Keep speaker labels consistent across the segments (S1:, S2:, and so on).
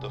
S1: The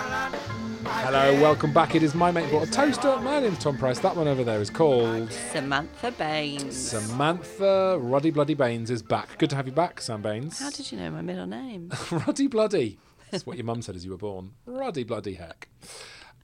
S2: Hello, welcome back. It is my mate bought a toaster. My name's Tom Price. That one over there is called
S3: Samantha Baines.
S2: Samantha Roddy Bloody Baines is back. Good to have you back, Sam Baines.
S3: How did you know my middle name?
S2: Roddy Bloody? That's what your mum said as you were born. Roddy Bloody heck.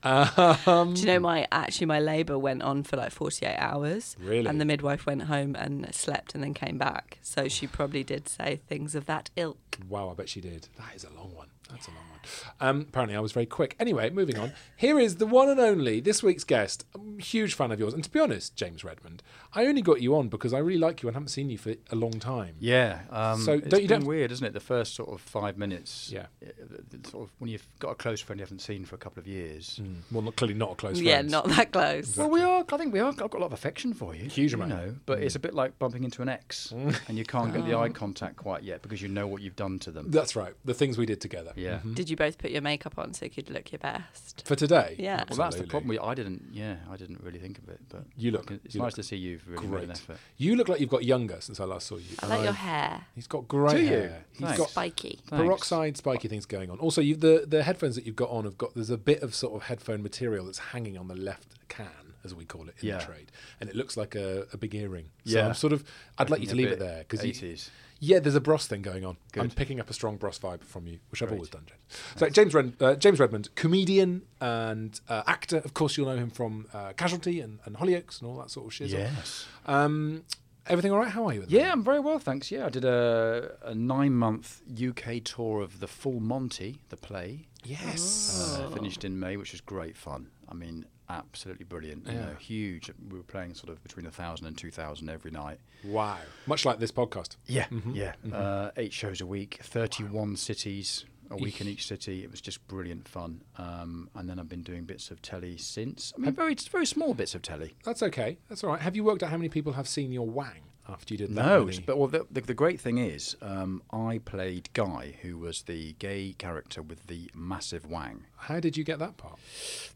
S2: Um,
S3: Do you know my actually my labour went on for like forty eight hours.
S2: Really?
S3: And the midwife went home and slept and then came back. So she probably did say things of that ilk.
S2: wow, I bet she did. That is a long one. That's a long one. Um, apparently, I was very quick. Anyway, moving on. Here is the one and only this week's guest. I'm a huge fan of yours. And to be honest, James Redmond, I only got you on because I really like you and haven't seen you for a long time.
S4: Yeah. Um,
S2: So
S4: so
S2: don't you
S4: been
S2: don't-
S4: weird, isn't it? The first sort of five minutes.
S2: Yeah.
S4: uh, th- Sort of when you've got a close friend you haven't seen for a couple of years.
S2: Well, not, clearly not a close
S3: Yeah,
S2: friend.
S3: not that close.
S4: Well, we are. I think we are. I've got a lot of affection for you.
S2: Huge
S4: you
S2: amount. Mm.
S4: know, but it's a bit like bumping into an ex, and you can't get the eye contact quite yet because you know what you've done to them.
S2: That's right. The things we did together.
S4: yeah.
S3: Did you both put your makeup on so you could look your best?
S2: For today.
S3: Yeah.
S4: Well, that's the
S2: Absolutely.
S4: problem. We, I didn't. Yeah, I didn't really think of it, but
S2: You look-
S4: It's
S2: you
S4: nice
S2: look
S4: to see you've really made an effort.
S2: You look like you've got younger since I last saw you.
S3: I like your hair.
S2: He's got grey
S4: Do you?
S2: hair. He's
S4: Thanks.
S2: got
S3: Spiky.
S4: Thanks.
S2: peroxide spiky things going on. Also, you, the the headphones that you've got on have got there's a bit of sort of headphone material that's hanging on the left can, as we call it in
S4: Yeah.
S2: the trade, and it looks like a, a big earring. So
S4: Yeah.
S2: I'm sort of I'd like you
S4: Looking
S2: to
S4: a
S2: leave it
S4: bit
S2: there because
S4: 80s.
S2: Yeah, there's a Bros thing going on. I'm
S4: Good.
S2: picking up a strong Bros vibe from you, which I've always done, James. So James Red, uh, James Redmond, comedian and uh, actor. Of course, you'll know him from uh, Casualty and, and Hollyoaks and all that sort of shizzle.
S4: Yes.
S2: Um, everything all right? How are you? at the
S4: Yeah, I'm very well, thanks. Yeah, I did a, a nine month UK tour of the Full Monty, the play.
S2: Yes.
S4: Uh, finished in May, which was great fun. I mean, absolutely brilliant. You know, huge. We were playing sort of between 1,000 and 2,000 every night.
S2: Wow. Much like this podcast.
S4: Yeah, yeah. Uh, eight shows a week, 31 cities, a week in each city. It was just brilliant fun. Um, and then I've been doing bits of telly since. I mean, very, very small bits of telly.
S2: That's okay. That's all right. Have you worked out how many people have seen your Wang after you did that?
S4: No,
S2: many?
S4: it's- but well, the, the, the great thing is, um, I played Guy, who was the gay character with the massive wang.
S2: how did you get that part?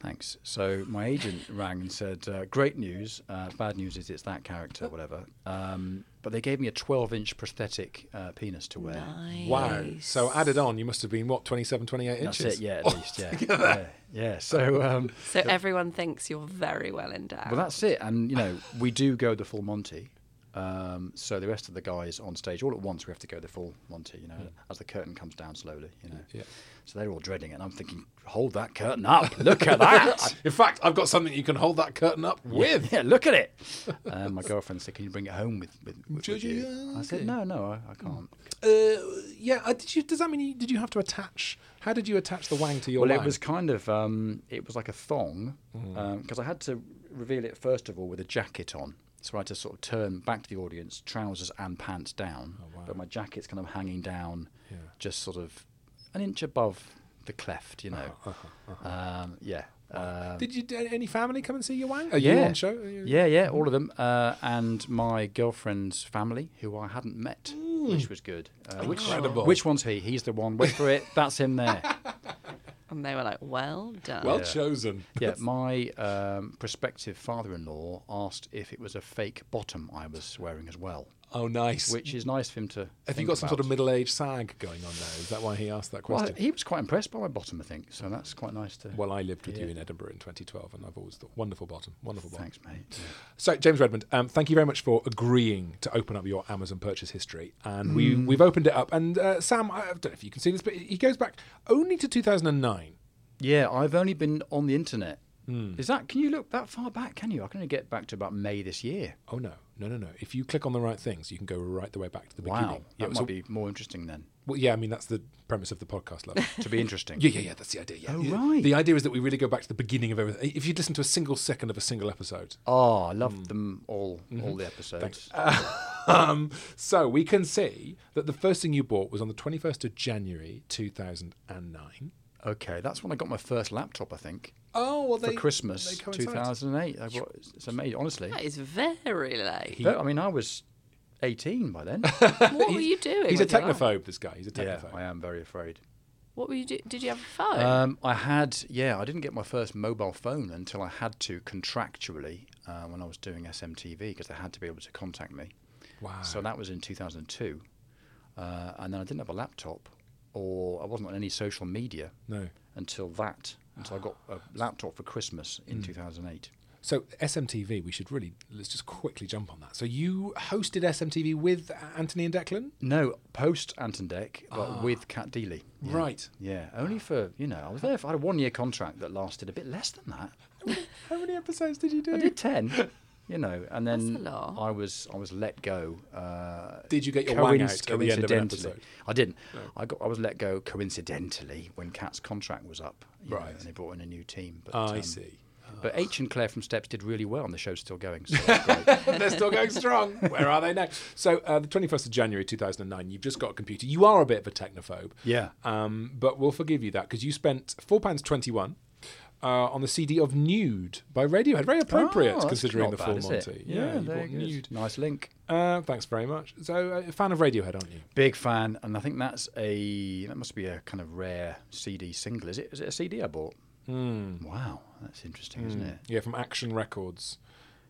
S4: Thanks. So my agent rang and said, uh, "Great news. Uh, bad news is it's that character, whatever." Um, but they gave me a 12-inch prosthetic uh, penis to wear.
S2: Wow. So added on, you must have been what 27, 28
S4: That's
S2: inches.
S4: it. Yeah, at least. Yeah. yeah. Yeah. So. Um,
S3: So everyone thinks you're very well endowed.
S4: Well, that's it. And, you know, we do go the full Monty. Um, so the rest of the guys on stage, all at once, we have to go the full Monty, you know, as the curtain comes down slowly, you know.
S2: Yeah.
S4: So they're all dreading it. And I'm thinking, hold that curtain up. Look at that.
S2: In fact, I've got something you can hold that curtain up with.
S4: yeah, look at it. Um, my girlfriend said, can you bring it home with, with, with, with
S2: Georgie,
S4: you? I said, no, no, I, I can't.
S2: Uh, yeah. uh, Did you? Does that mean you, did you have to attach? How did you attach the Wang to your?
S4: Well,
S2: Wang?
S4: it was kind of, um, it was like a thong, because I had to reveal it, first of all, with a jacket on. So I had to sort of turn back to the audience, trousers and pants down. But my jacket's kind of hanging down, just sort of an inch above the cleft, you know. Um, yeah. Um,
S2: Did you? Did any family come and see your Wang? Are you
S4: yeah.
S2: on show? Are you- Mm-hmm.
S4: Yeah, yeah, all of them. Uh, and my girlfriend's family, who I hadn't met, which was good. Uh, which,
S2: Mm. Incredible.
S4: Which one's he? He's the one. Wait for it. That's him there.
S3: and they were like, Well done.
S2: Well chosen.
S4: Yeah, my um, prospective father-in-law asked if it was a fake bottom I was wearing as well,
S2: Oh, nice.
S4: which is nice for him to.
S2: have you
S4: think
S2: got some sort of
S4: about.
S2: middle-aged sag going on now? Is that why he asked that
S4: Well,
S2: question?
S4: he was quite impressed by my bottom, I think. So that's quite nice to.
S2: Well, I lived with you in Edinburgh in 2012, and I've always thought wonderful bottom, wonderful bottom.
S4: thanks, mate.
S2: So, James Redmond, um, thank you very much for agreeing to open up your Amazon purchase history, and we
S4: Mm.
S2: we've opened it up. And uh, Sam, I don't know if you can see this, but he goes back only to 2009.
S4: Yeah, I've only been on the internet
S2: Hmm.
S4: Is that? Can you look that far back? Can you? I can only get back to about May this year.
S2: Oh no, no, no, no! If you click on the right things, you can go right the way back to the beginning.
S4: Wow,
S2: Yeah,
S4: that
S2: so-
S4: might be more interesting then.
S2: well, yeah, I mean that's the premise of the podcast, love.
S4: To be interesting.
S2: yeah, yeah, yeah. That's the idea. Yeah.
S4: Oh,
S2: Yeah.
S4: right.
S2: The idea is that we really go back to the beginning of everything. If you listen to a single second of a single episode,
S4: Oh, I
S2: Mm-hmm.
S4: love them all. All the episodes. Uh,
S2: um, so we can see that the first thing you bought was on the twenty first of January two thousand and nine.
S4: Okay, that's when I got my first laptop. I think
S2: Oh well,
S4: for Christmas 2008. I bought, it's amazing, honestly.
S3: That is very late.
S4: But, I mean, I was 18 by then.
S3: What were you doing?
S2: He's a
S3: with your life?
S2: technophobe. This guy. He's a
S4: yeah,
S2: technophobe.
S4: I am very afraid.
S3: What were you do- Did you have a phone?
S2: Uh,
S4: Um, I had, yeah, I didn't get my first mobile phone until I had to contractually uh, when I was doing SMTV because they had to be able to contact me.
S2: Wow.
S4: So that was in 2002. Uh, and then I didn't have a laptop or I wasn't on any social media
S2: No.
S4: until that, until I got
S2: Ah.
S4: a laptop for Christmas
S2: Hmm.
S4: in 2008.
S2: So SMTV, we should really let's just quickly jump on that. So you hosted SMTV with Anthony and Declan,
S4: No, post Anton Deck, but
S2: Ah.
S4: with Cat Deely. Yeah.
S2: right?
S4: Yeah,
S2: Ah.
S4: only for, you know, I was there for, I had a one year contract that lasted a bit less than that.
S2: How many episodes did you do?
S4: I did 10. You know, and then
S3: That's a lot.
S4: I was I was let go. Uh,
S2: Did you get your wang out at the end of an
S4: coincidentally.
S2: episode?
S4: I didn't. I got I was let go coincidentally when Cat's contract was up. you know,
S2: Right. Ah,
S4: and they brought in a new team. But,
S2: I
S4: um,
S2: see. Ah.
S4: But H and Claire from Steps did really well, and the show's still going. So that's great.
S2: They're still going strong. Where are they now? So uh, the 21st of January 2009, you've just got a computer. You are a bit of a technophobe.
S4: Yeah.
S2: Um, but we'll forgive you that because you spent £4.21 uh, on the CD of Nude by Radiohead. Very appropriate
S4: Oh, that's
S2: considering
S4: not
S2: the
S4: bad,
S2: full
S4: is it?
S2: Monty.
S4: Yeah,
S2: you
S4: very
S2: bought
S4: good.
S2: Nude.
S4: Nice link.
S2: Uh, thanks very much. So, uh, a fan of Radiohead, aren't you?
S4: Big fan, and I think that's a that must be a kind of rare CD single. Is it? Is it a CD I bought?
S2: Hmm.
S4: Wow, that's interesting, isn't it?
S2: Yeah, from Action Records.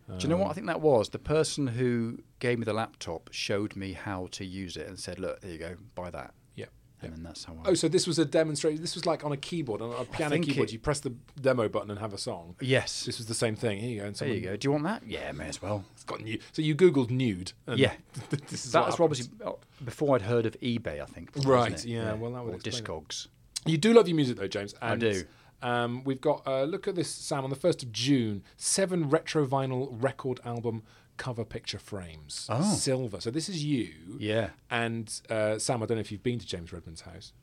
S4: Do you know
S2: Um.
S4: what I think that was? The person who gave me the laptop showed me how to use it and said, "Look, there you go, buy that."
S2: Yeah.
S4: And then that's how I.
S2: Oh, so this was a demonstration. This was like on a keyboard, on a piano
S4: think
S2: keyboard.
S4: it-
S2: You press the demo button and have a song.
S4: yes.
S2: This was the same thing. Here you go. And
S4: there you
S2: someone-
S4: go. Do you want that? Yeah, may as well.
S2: It's got nude. So you googled nude. And
S4: Yeah.
S2: this is
S4: that
S2: what
S4: was
S2: happens.
S4: obviously oh, before I'd heard of eBay, I think. wasn't
S2: Right,
S4: it?
S2: yeah, well, that would
S4: or
S2: explain it.
S4: Discogs.
S2: You do love your music, though, James. And,
S4: do.
S2: Um, we've got uh, look at this, Sam. On the first of June, seven retro vinyl record album cover picture frames.
S4: Oh.
S2: silver. So this is you.
S4: Yeah.
S2: And uh, Sam, I don't know if you've been to James Redmond's house.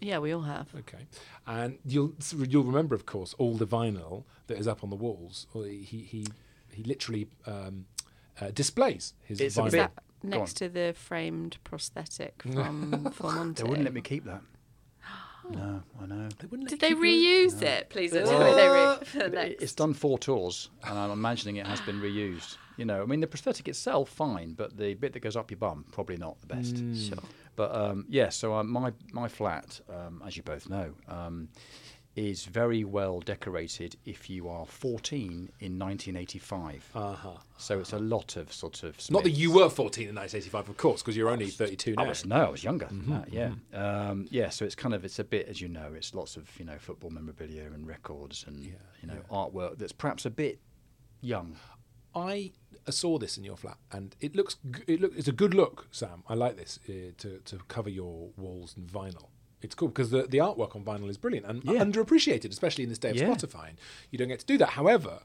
S3: yeah, we all have.
S2: Okay. And you'll you'll remember, of course, all the vinyl that is up on the walls. Well, He he he literally um, uh, displays his
S4: It's a
S2: vinyl.
S4: bit-
S3: That
S4: Go
S3: next to
S4: on.
S3: the framed prosthetic from Formonte.
S4: They wouldn't let me keep that. no, I know.
S3: Did they reuse it? Please don't tell me they re- for the
S4: It-
S3: next.
S4: It's done four tours, and I'm imagining it has been reused. You know, I mean, the prosthetic itself, fine, but the bit that goes up your bum, probably not the best. Sure. But um, yeah, so uh, my my flat, um, as you both know, um, is very well decorated if you are 14 in 1985. Uh huh. So it's a lot of sort of.
S2: Not that
S4: Smiths.
S2: you were 14 in 1985, of course, because you're only 32 now.
S4: I was no, I was younger
S2: Mm-hmm,
S4: than that. Yeah, um, yeah. So it's kind of it's a bit, as you know, it's lots of you know football memorabilia and records and you know artwork that's perhaps a bit young.
S2: I saw this in your flat, and it looks g- it look it's a good look, Sam. I like this uh, to to cover your walls and vinyl. It's cool because the, the artwork on vinyl is brilliant and
S4: Yeah.
S2: underappreciated, especially in this day of
S4: Yeah.
S2: Spotify. And you don't get to do that. However,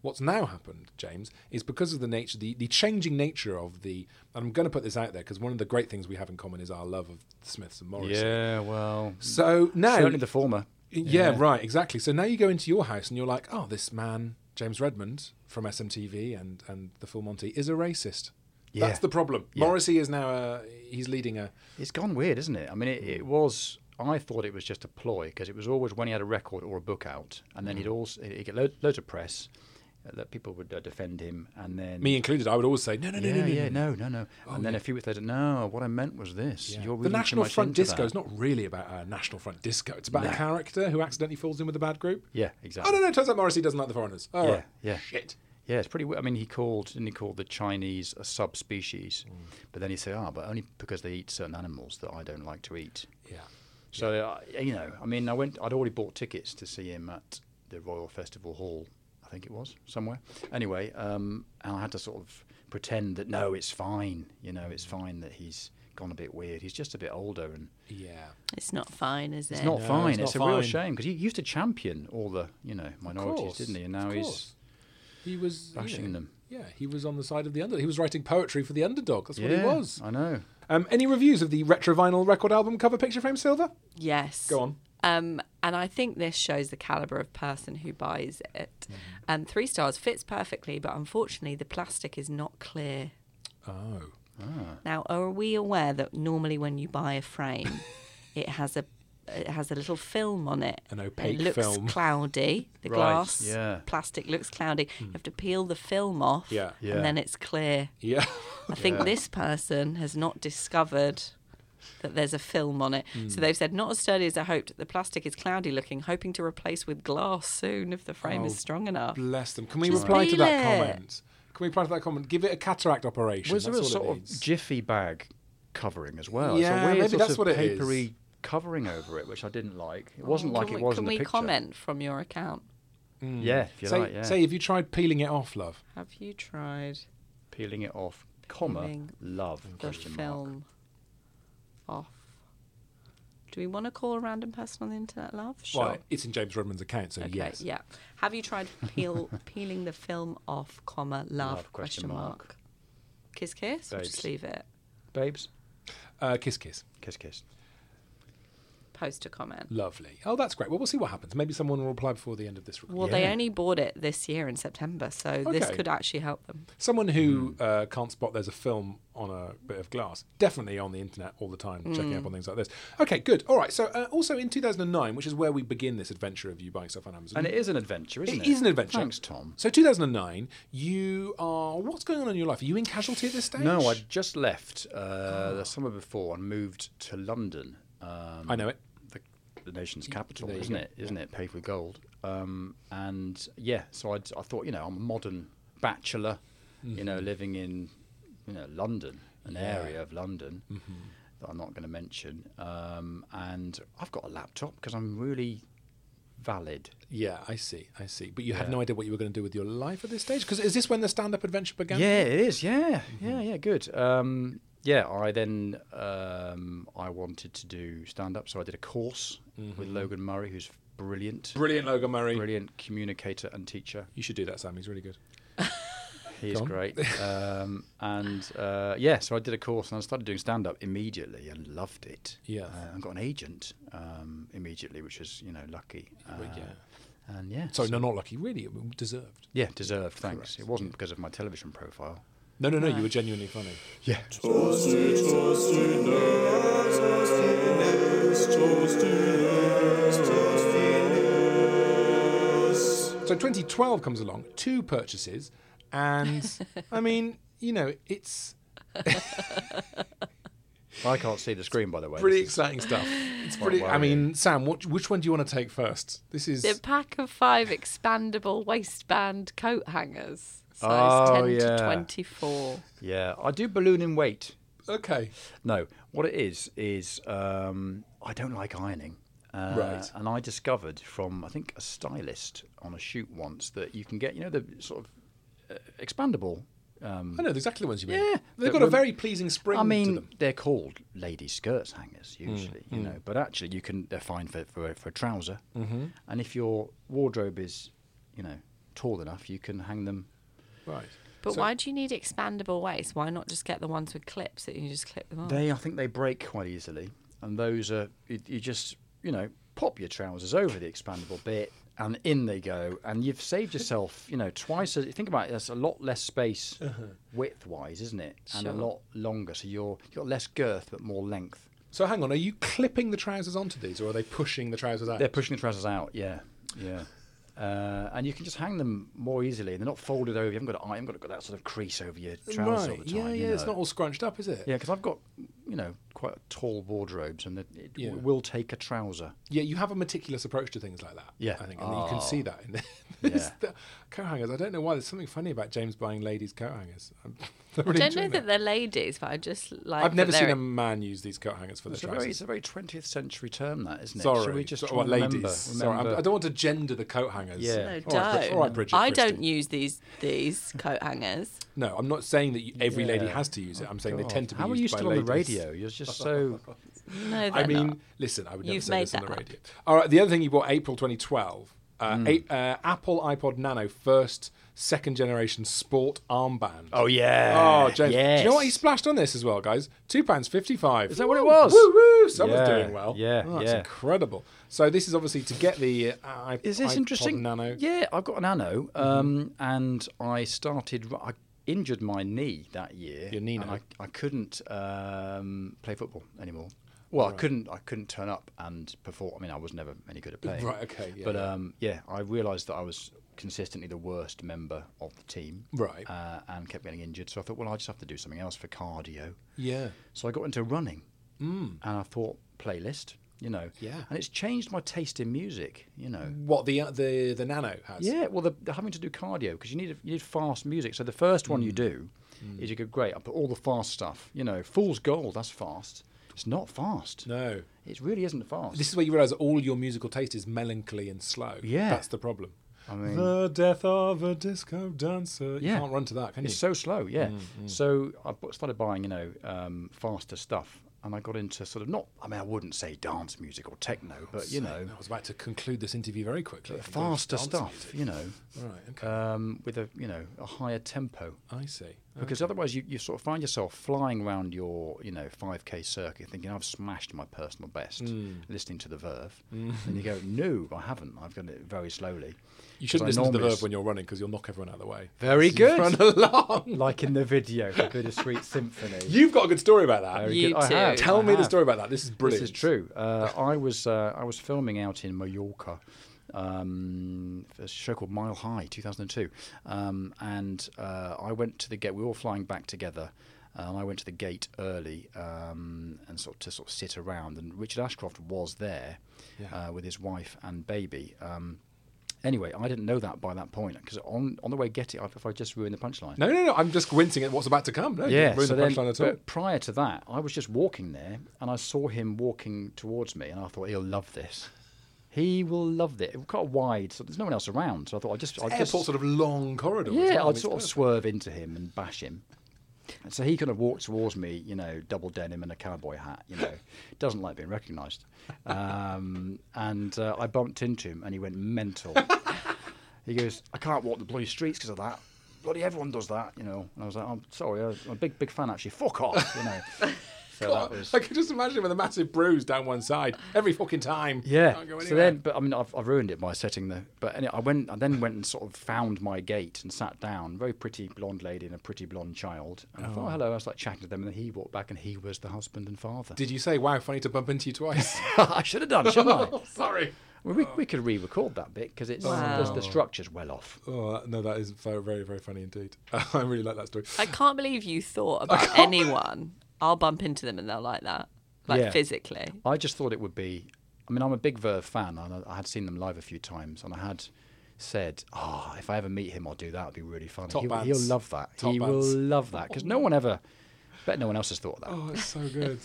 S2: what's now happened, James, is because of the nature, the, the changing nature of the. And I'm going to put this out there because one of the great things we have in common is our love of Smiths and Morrissey.
S4: well,
S2: So now
S4: certainly the former.
S2: yeah, right, exactly. So now you go into your house and you're like, oh, this man, James Redmond from SMTV and, and the Full Monty, is a racist.
S4: Yeah.
S2: That's the problem. Morrissey is now a, he's leading a.
S4: It's gone weird, isn't it? I mean,
S2: Hmm.
S4: it, it was. I thought it was just a ploy because it was always when he had a record or a book out, and then he'd
S2: Mm-hmm.
S4: also he'd get loads, loads of press uh, that people would uh, defend him, and then
S2: Me included, I would always say, no, no, no,
S4: Yeah,
S2: no, no.
S4: yeah, no, no, no. and then a few weeks later, no, what I meant was this. You're
S2: the
S4: reading
S2: National
S4: too much
S2: Front
S4: into
S2: Disco
S4: that.
S2: is not really about a National Front Disco. It's about a character who accidentally falls in with a bad group.
S4: Yeah,
S2: Oh,
S4: exactly.
S2: no, no, turns out Morrissey doesn't like the foreigners. Oh,
S4: Yeah,
S2: right.
S4: yeah.
S2: Shit.
S4: Yeah, it's pretty. we- I mean, he called didn't he call the Chinese a subspecies?
S2: Mm.
S4: But then he said, ah, but only because they eat certain animals that I don't like to eat.
S2: Yeah.
S4: So uh, you know, I mean, I went. I'd already bought tickets to see him at the Royal Festival Hall. I think it was somewhere.
S2: Mm.
S4: Anyway, um, and I had to sort of pretend that no, it's fine. You know, it's fine that he's gone a bit weird. He's just a bit older and
S2: Yeah.
S3: It's not fine, is it?
S4: it's not
S2: No,
S4: fine.
S2: it's
S4: It's,
S2: not
S4: a real
S2: fine.
S4: shame because he used to champion all the you know minorities,
S2: course,
S4: didn't he? And
S2: of
S4: now he's
S2: course. He was you
S4: bashing
S2: know,
S4: them.
S2: Yeah, he was on the side of the under. He was writing poetry for the underdog. That's what he
S4: Yeah,
S2: was.
S4: I know.
S2: Um, any reviews of the retro vinyl record album cover picture frame silver?
S3: Yes.
S2: Go on.
S3: Um, and I think this shows the caliber of person who buys it.
S4: Mm.
S3: And three stars fits perfectly, but unfortunately, the plastic is not clear.
S2: Oh.
S3: Now, are we aware that normally when you buy a frame, it has a it has a little film on it.
S2: An opaque
S3: It looks
S2: film.
S3: cloudy. The
S4: Right,
S3: glass,
S4: yeah.
S3: plastic looks cloudy. You have to peel the film off,
S2: Hmm. Yeah.
S4: Yeah.
S3: and then it's clear.
S2: Yeah.
S3: I think
S4: Yeah.
S3: this person has not discovered that there's a film on it.
S2: Hmm.
S3: So they've said, not as sturdy as I hoped. The plastic is cloudy looking, hoping to replace with glass soon if the frame
S2: Oh,
S3: is strong enough.
S2: Bless them. Can we
S3: Just
S2: reply to
S3: peel
S2: that
S3: it.
S2: comment? Can we reply to that comment? Give it a cataract operation.
S4: Was there a
S2: That's all
S4: sort
S2: it
S4: of
S2: needs.
S4: jiffy bag covering as well?
S2: Yeah,
S4: it's a weird
S2: maybe
S4: sort
S2: that's
S4: of
S2: what it is.
S4: papery covering over it, which I didn't like. It wasn't like
S3: Oh, can
S4: it
S3: we,
S4: was
S3: Can
S4: in the
S3: we
S4: picture.
S3: comment from your account?
S4: Yeah, if you
S2: say,
S4: like, yeah.
S2: say, have you tried peeling it off, love?
S3: Have you tried
S4: peeling it off, comma,
S3: Peeling
S4: love,
S3: the
S4: question mark.
S3: film off? Do we want to call a random person on the internet, love? Sure.
S4: Uh,
S2: Well, it's in James Redmond's account, so
S3: Okay,
S2: yes.
S3: yeah. Have you tried peel, peeling the film off, comma, love,
S4: Love, question
S3: question mark.
S4: mark.
S3: Kiss, kiss? Or just
S4: Babes.
S3: leave it.
S4: Babes,
S2: Uh, kiss, kiss.
S4: kiss, kiss.
S3: Post a comment.
S2: Lovely. Oh, that's great. Well, we'll see what happens. Maybe someone will reply before the end of this recording.
S3: Well, they
S4: Yeah.
S3: only bought it this year in September, so this
S2: Okay.
S3: could actually help them.
S2: Someone who
S4: Hmm.
S2: uh, can't spot there's a film on a bit of glass, definitely on the internet all the time, checking
S4: Hmm.
S2: up on things like this. Okay, good. All right. So, uh, also in 2009, which is where we begin this adventure of you buying stuff on Amazon.
S4: And it is an adventure, isn't it?
S2: it is an adventure.
S4: Thanks, Tom.
S2: So, 2009, you are. What's going on in your life? Are you in casualty at this stage?
S4: No, I just left uh, the summer before and moved to London. Um,
S2: I know it.
S4: the, the nation's capital,
S2: there you
S4: isn't
S2: go.
S4: it? Isn't it paved with gold? Um, and yeah, so I'd, I thought, you know, I'm a modern bachelor, you
S2: Mm-hmm.
S4: know, living in you know London, an area of London
S2: Mm-hmm.
S4: that I'm not going to mention. Um, and I've got a laptop because I'm really valid.
S2: Yeah, I see. I see. But you had no idea what you were going to do with your life at this stage? Because is this when the stand up adventure began?
S4: Yeah, it is. Yeah,
S2: Mm-hmm.
S4: yeah, yeah. Good. Um, yeah, I then um, I wanted to do stand up, so I did a course
S2: Mm-hmm.
S4: with Logan Murray, who's brilliant,
S2: Brilliant, Logan Murray.
S4: brilliant communicator and teacher.
S2: You should do that, Sam. He's really good.
S4: He's
S2: Go on.
S4: great. Um, and uh, yeah, so I did a course and I started doing stand up immediately and loved it.
S2: Yeah.
S4: Uh, and got an agent um, immediately, which was, you know, lucky. Uh,
S2: Well, yeah.
S4: And yeah.
S2: Sorry,
S4: so-
S2: no, not lucky. Really, deserved.
S4: Yeah, deserved. Thanks. It wasn't because of my television profile.
S2: No, no, no. You were genuinely funny.
S4: Yeah.
S2: So 2012 comes along, two purchases, and I mean, you know, it's
S4: I can't see the screen, by the way.
S2: pretty
S4: This is-
S2: exciting stuff. It's pretty. I mean, Sam, what, which one do you want to take first? This is
S3: The pack of five expandable waistband coat hangers, size
S4: Oh,
S3: 10
S4: yeah.
S3: to 24.
S4: Yeah, I do balloon in weight.
S2: okay.
S4: No, what it is is um, I don't like ironing. Uh,
S2: Right.
S4: And I discovered from I think a stylist on a shoot once that you can get you know the sort of uh, expandable. Um,
S2: I know exactly the ones you mean.
S4: Yeah,
S2: they've
S4: that
S2: got a
S4: were-
S2: very pleasing spring
S4: I
S2: to
S4: mean,
S2: them. Hmm,
S4: they're called ladies' skirts hangers usually, you know. But actually, you can they're fine for for, for a trouser. Mm-hmm. And if your wardrobe is, you know, tall enough, you can hang them.
S2: Right.
S3: But
S2: So-
S3: why do you need expandable waist? Why not just get the ones with clips that you just clip them on?
S2: Mm.
S4: They, I think, they break quite easily, and those are you, you just you know pop your trousers over the expandable bit, and in they go, and you've saved yourself you know twice. As, think about it, that's a lot less space
S2: Uh-huh.
S4: width-wise, isn't it? And a
S3: Sure.
S4: lot longer, so you're you've got less girth but more length.
S2: So hang on, are you clipping the trousers onto these, or are they pushing the trousers out?
S4: They're pushing the trousers out, yeah, yeah. Uh, and you can just hang them more easily, and they're not folded over. You haven't got, to, you haven't got, got that sort of crease over your trousers
S2: right.
S4: all the time.
S2: yeah, yeah.
S4: you
S2: It's
S4: know.
S2: not all scrunched up, is it?
S4: Yeah, because I've got, you know, quite tall wardrobes, and it, it
S2: Yeah.
S4: will take a trouser.
S2: Yeah, you have a meticulous approach to things like that.
S4: Yeah. Ah.
S2: I think, and you can see that in the, It's
S4: Yeah.
S2: the coat hangers. I don't know why. There's something funny about James buying ladies' coat hangers. I'm
S3: I
S2: really
S3: don't know
S2: enjoying
S3: that they're ladies, but I just like.
S2: I've
S3: that
S2: never
S3: they're-
S2: seen a man use these coat hangers for the
S4: It's a, very, it's
S2: trousers.
S4: a very 20th century term, that isn't it?
S2: Sorry,
S4: Should we just
S2: So-
S4: try
S2: well,
S4: and
S2: ladies.
S4: remember-
S2: Sorry, I'm-
S4: remember-
S2: I don't want to gender the coat hangers.
S4: Yeah.
S3: No,
S2: All right, Brid-
S3: don't.
S2: all right, Bridget
S3: I don't
S2: Christie.
S3: use these these coat hangers.
S2: No, I'm not saying that you, every lady
S4: Yeah.
S2: has to use it. I'm saying they
S4: God,
S2: tend to be
S4: How
S2: used
S4: are you
S2: by
S4: still on the
S2: ladies.
S4: radio? You're just so.
S3: No, they're
S2: I mean,
S3: not.
S2: listen, I would never
S3: You've
S2: say
S3: made
S2: this on the
S3: that up.
S2: radio. All right, the other thing you bought April 2012, uh,
S4: Hmm.
S2: a, uh, Apple iPod Nano first second generation sport armband.
S4: oh, yeah.
S2: Oh, James.
S4: Yes.
S2: Do you know what he splashed on this as well, guys? Two pounds fifty-five. Is
S4: that what it was?
S2: Woo woo! Someone's
S4: Yeah,
S2: doing well.
S4: yeah,
S2: Oh, that's
S4: yeah.
S2: incredible. So this is obviously to get the uh, i-
S4: Is this
S2: iPod
S4: interesting?
S2: Nano.
S4: Yeah, I've got an nano, um,
S2: Mm-hmm.
S4: and I started. I injured my knee that year.
S2: Your knee
S4: and
S2: now?
S4: I, I couldn't um, play football anymore. Well, I couldn't. I couldn't turn up and perform. I mean, I was never any good at playing.
S2: Right, okay, yeah,
S4: but
S2: yeah.
S4: um, yeah, I realised that I was consistently the worst member of the team.
S2: Right.
S4: Uh, and kept getting injured, so I thought, well, I just have to do something else for cardio.
S2: Yeah.
S4: So I got into running, mm. and I thought playlist, you know.
S2: Yeah.
S4: And it's changed my taste in music, you know.
S2: What the uh, the the Nano has.
S4: Yeah, well, the, the having to do cardio because you need you need fast music. So the first one
S2: Mm.
S4: you do is you go great. I put all the fast stuff. You know, fool's gold. That's fast. It's not fast.
S2: No.
S4: it really isn't fast.
S2: This is where you realise that all your musical taste is melancholy and slow.
S4: Yeah.
S2: That's the problem.
S4: I mean-
S2: the death of a disco dancer.
S4: Yeah.
S2: You can't run to that, can you?
S4: it's so slow. Yeah.
S2: Mm,
S4: So I bu- started buying you know um, faster stuff, and I got into sort of not. I mean, I wouldn't say dance music or techno, but you know,
S2: I was about to conclude this interview very quickly. I'm going to
S4: faster
S2: dance
S4: stuff.
S2: music.
S4: You know,
S2: Right. Okay.
S4: um, with a you know a higher tempo.
S2: I see.
S4: Because otherwise, you, you sort of find yourself flying around your, you know, 5K circuit thinking, I've smashed my personal best,
S2: Hmm.
S4: listening to The Verve. And you go, no, I haven't. I've done it very
S2: You
S4: slowly. 'Cause I
S2: shouldn't listen to the
S4: normally
S2: verb
S4: s-
S2: when you're running because you'll knock everyone out of the way.
S4: Very good.
S2: Run along.
S4: Like in the video, The Bittersweet Symphony.
S2: You've got a good story about that.
S4: Very
S3: You
S4: good. I
S3: too.
S4: have,
S2: Tell
S4: I
S2: me the
S4: have.
S2: story about that. This is brilliant.
S4: This is true. Uh, I was uh, I was filming out in Mallorca, um, for a show called Mile High, 2002, um, and uh, I went to the gate. We were all flying back together, and I went to the gate early um, and sort of, to sort of sit around. And Richard Ashcroft was there uh, with his wife and baby. Um, Anyway, I didn't know that by that point because on, on the way get it, I, if I just ruined the punchline.
S2: No, no, no. I'm just glinting at what's about to come. No, you
S4: Yeah,
S2: didn't ruin the
S4: so then,
S2: punchline at all.
S4: but prior to that, I was just walking there and I saw him walking towards me and I thought, he'll love this. He will love this. It got wide, so there's no one else around. So I thought, I'll just. I'll just
S2: Airport sort of long corridor. as
S4: yeah,
S2: well.
S4: I'd
S2: It's
S4: sort of
S2: perfect.
S4: swerve into him and bash him. And so he kind of walked towards me, you know, double denim and a cowboy hat, you know, doesn't like being recognised. Um, and uh, I bumped into him and he went mental. he goes, I can't walk the blue streets because of that. Bloody everyone does that, you know. And I was like, I'm sorry, I was- I'm a big, big fan actually. Fuck off, you know. So that was.
S2: I can just imagine him with a massive bruise down one side every fucking time.
S4: Yeah.
S2: Can't go
S4: So
S2: anywhere.
S4: then, but I mean, I've, I've ruined it by setting the. But anyway, I went. I then went and sort of found my gate and sat down. Very pretty blonde lady and a pretty blonde child. And I thought, oh, hello. I was like chatting to them, and then he walked back, and he was the husband and father.
S2: Did you say, wow, funny to bump into you twice?
S4: I should have done, shouldn't I?
S2: oh, sorry.
S4: Well, we, we could re-record that bit because it's the, the structure's well off.
S2: Oh, that- no, that is very, very, very funny indeed. I really like that story.
S3: I can't believe you thought about anyone. I'll bump into them and they'll like that, like
S4: Yeah.
S3: physically.
S4: I just thought it would be. I mean, I'm a big Verve fan, and I, I had seen them live a few times, and I had said, "Ah, if I ever meet him, I'll do that. It'd be really funny.
S2: Top
S4: he, will
S2: bands.
S4: love that.
S2: Top
S4: he
S2: bands.
S4: will love that because no one ever." Bet no one else has thought of that.
S2: Oh, it's so good.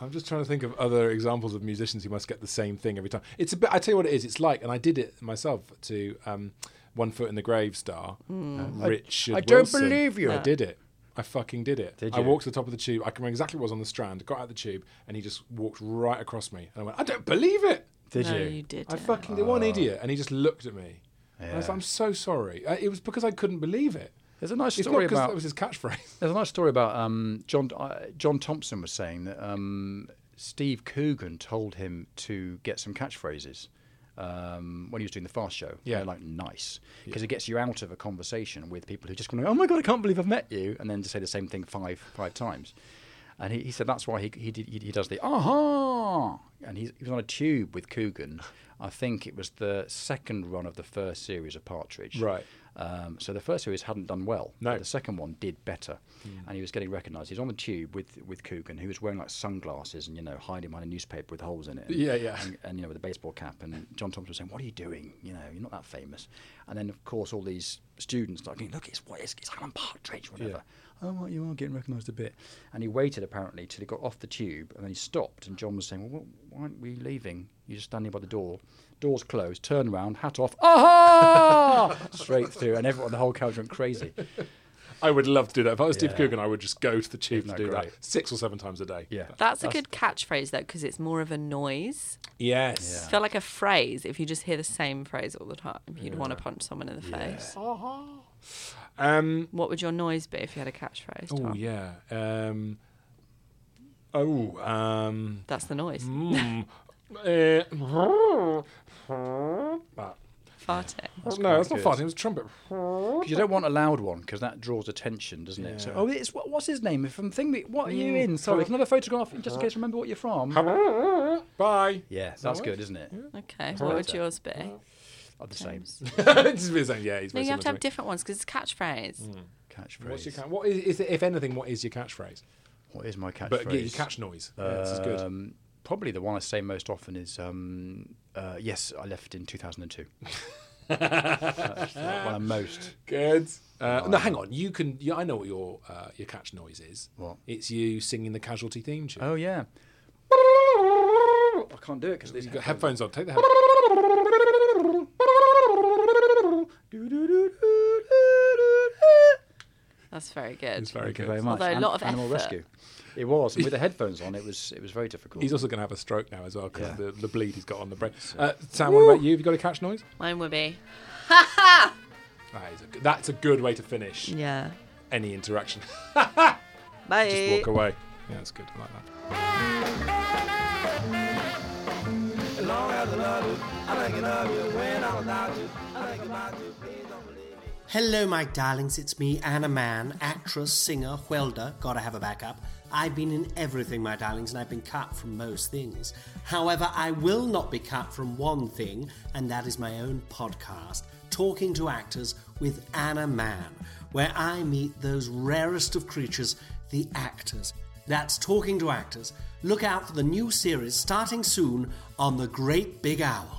S2: I'm just trying to think of other examples of musicians who must get the same thing every time. It's a bit. I tell you what it is. It's like, and I did it myself to um, "One Foot in the Grave" star uh, Richard.
S4: Hmm. I don't
S2: Wilson.
S4: believe you.
S2: I
S4: No.
S2: did it. I fucking did it.
S4: Did
S2: I
S4: you?
S2: walked to the top of the tube. I can remember exactly what was on the strand. Got out the tube, and he just walked right across me. And I went, "I don't believe it."
S4: Did
S3: no,
S4: you?
S3: you, didn't.
S2: I fucking did one idiot, and he just looked at me. And I was
S4: Yeah.
S2: like, I'm so sorry. Uh, It was because I couldn't believe it.
S4: There's a nice
S2: It's not
S4: story
S2: because
S4: about.
S2: that was his catchphrase.
S4: There's a nice story about um, John. Uh, John Thompson was saying that um, Steve Coogan told him to get some catchphrases um, when he was doing the Fast Show. You
S2: Yeah.
S4: know, like nice, because it gets you out of a conversation with people who just going, "Oh my god, I can't believe I've met you," and then to say the same thing five five times. And he, he said that's why he he, did, he, he does the aha, and he's, he was on a tube with Coogan. I think it was the second run of the first series of Partridge.
S2: Right.
S4: Um, so the first series hadn't done well.
S2: No.
S4: but The second one did better, and he was getting recognised. He was on the tube with with Coogan, who was wearing like sunglasses and you know hiding behind a newspaper with holes in it. and-
S2: Yeah, yeah.
S4: And, and you know with a baseball cap. And John Thompson was saying, "What are you doing? You know, you're not that famous." And then of course all these students like, "Look, it's what it's, it's Alan Partridge, whatever." Oh, well, you are getting recognised a bit. And he waited apparently till he got off the tube, and then he stopped. And John was saying, "Well, wh- why aren't we leaving? You're just standing by the door." Doors closed, turn round, hat off, aha! Straight through, and everyone, the whole crowd went crazy.
S2: I would love to do that. If I was Steve
S4: Yeah.
S2: Coogan, I would just go to the tube to
S4: Isn't
S2: do
S4: that
S2: that
S4: great?
S2: six or seven times a day.
S4: Yeah.
S3: That's a good catchphrase though, because it's more of a noise.
S2: Yes.
S3: I feel like a phrase. If you just hear the same phrase all the time, you'd want to punch someone in the face.
S2: Um.
S3: What would your noise be if you had a catchphrase?
S2: Oh
S3: Tom?
S2: yeah. Um. Oh. Um.
S3: That's the noise.
S2: mm, eh, that.
S3: Farting.
S2: no, it's not
S4: good.
S2: farting. It was trumpet.
S4: 'Cause you don't want a loud one because that draws attention, doesn't it? So, oh, it's what, what's his name from Thing? Week? What are you
S2: Mm.
S4: in? Sorry, it's another photograph. Just in
S2: Uh-huh.
S4: case, remember what you're from.
S2: Bye.
S4: Yeah, that's good, isn't it?
S3: Okay. What would
S4: better.
S3: yours be?
S2: Uh,
S4: Oh, the same
S2: Just be saying, yeah, he's
S3: No,
S2: very
S3: you have
S2: similar
S3: to have different ones because it's a catchphrase.
S2: Hmm.
S4: catchphrase.
S2: me. What's your catch? What is, is it, if anything? What is your catchphrase?
S4: What is my catchphrase?
S2: But yeah, your catch noise. Yeah, this is good.
S4: Um, probably the one I say most often is, um, uh, "Yes, I left in 2002." that's the one I most.
S2: Good. Uh, no, hang on. You can. Yeah, I know what your uh, your catch noise is.
S4: What?
S2: It's you singing the Casualty theme tune.
S4: Oh yeah. I can't do it because these
S2: You've got headphones on. Take the headphones.
S3: That's very good.
S2: It's very
S4: Thank you
S2: good.
S4: very much.
S3: Although a lot of
S4: Animal
S3: effort.
S4: Rescue. It was and with the headphones on. It was it was very difficult.
S2: He's also going to have a stroke now as well because
S4: Yeah.
S2: the, the bleed he's got on the brain. Uh, Sam, what about you? Have you got a catch noise?
S3: Mine would be.
S2: That is a, good- that's a good way to finish
S3: Yeah.
S2: any interaction.
S3: Bye.
S2: Just walk away. Yeah, that's good. I like that.
S5: Hello, my darlings. It's me, Anna Mann, actress, singer, welder. Gotta have a backup. I've been in everything, my darlings, and I've been cut from most things. However, I will not be cut from one thing, and that is my own podcast, Talking to Actors with Anna Mann, where I meet those rarest of creatures, the actors. That's Talking to Actors. Look out for the new series starting soon on The Great Big Owl.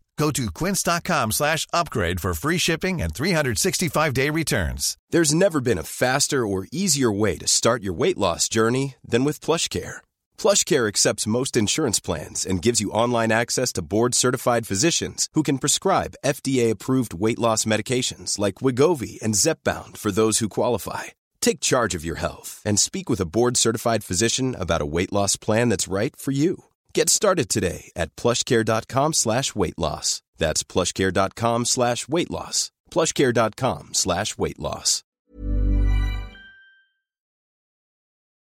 S6: Go to quince.com slash upgrade for free shipping and 365-day returns.
S7: There's never been a faster or easier way to start your weight loss journey than with PlushCare. PlushCare accepts most insurance plans and gives you online access to board-certified physicians who can prescribe FDA-approved weight loss medications like Wigovi and Zepbound for those who qualify. Take charge of your health and speak with a board-certified physician about a weight loss plan that's right for you. Get started today at plushcare.com slash weight loss. That's plushcare.com slash weight loss. Plushcare.com slash weight loss.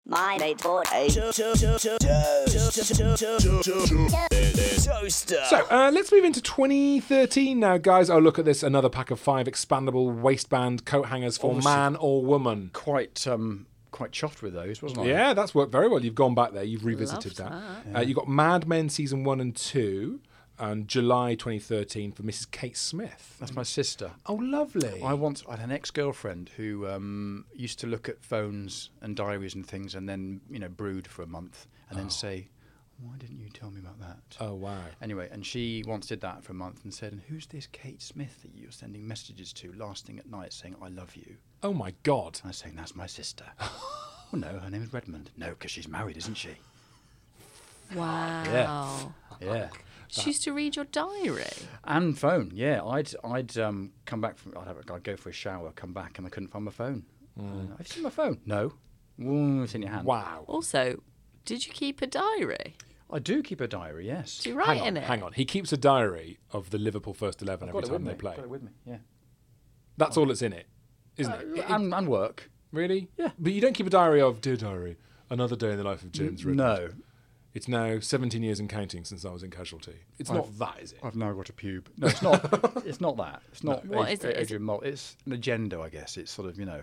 S8: Mine eight four eight.
S2: So uh, let's move into 2013 now, guys. Oh, look at this. Another pack of five expandable waistband coat hangers for
S4: Obviously-
S2: man or woman.
S4: quite um, quite chuffed with those, wasn't I?
S2: Yeah, that's worked very well. You've gone back there. You've revisited
S3: Loved
S2: that. Uh, you got Mad Men season one and two, and July 2013 for Mrs. Kate Smith.
S4: That's my sister.
S2: Oh, lovely.
S4: I once I had an ex-girlfriend who um, used to look at phones and diaries and things, and then you know brood for a month, and then say, "Why didn't you tell me about that?"
S2: oh, wow.
S4: Anyway, and she once did that for a month and said, "And who's this Kate Smith that you're sending messages to last thing at night, saying I love you?"
S2: Oh my God.
S4: And I was saying, "That's my sister." well, no, her name is Redmond. No, because she's married, isn't she?
S3: Wow.
S4: Yeah.
S3: She used to read your diary.
S4: And phone, yeah. I'd I'd um, come back from I'd, have, I'd go for a shower, come back, and I couldn't find my phone. Uh, have you seen my phone? No. Mm, it's in your hand.
S2: Mm. Wow.
S3: Also, did you keep a diary?
S4: I do keep a diary. Yes.
S3: Do you write
S2: hang on,
S3: in it?
S2: Hang on. He keeps a diary of the Liverpool first eleven every time they play.
S4: Got it with me. Yeah.
S2: That's all that's in it. isn't it? It- it-
S4: Uh, and, and work.
S2: really? Yeah. But you don't keep a diary of dear diary. Another day in the life of James Redmond.
S4: No,
S2: It's now 17 years and counting since I was in Casualty. It's not that, is it?
S4: I've now got a pube. No, it's not. it's not that. It's not.
S3: What
S4: Ad-
S3: is it? Is
S4: Adrian Mol- It's an agenda, I guess. It's sort of you know,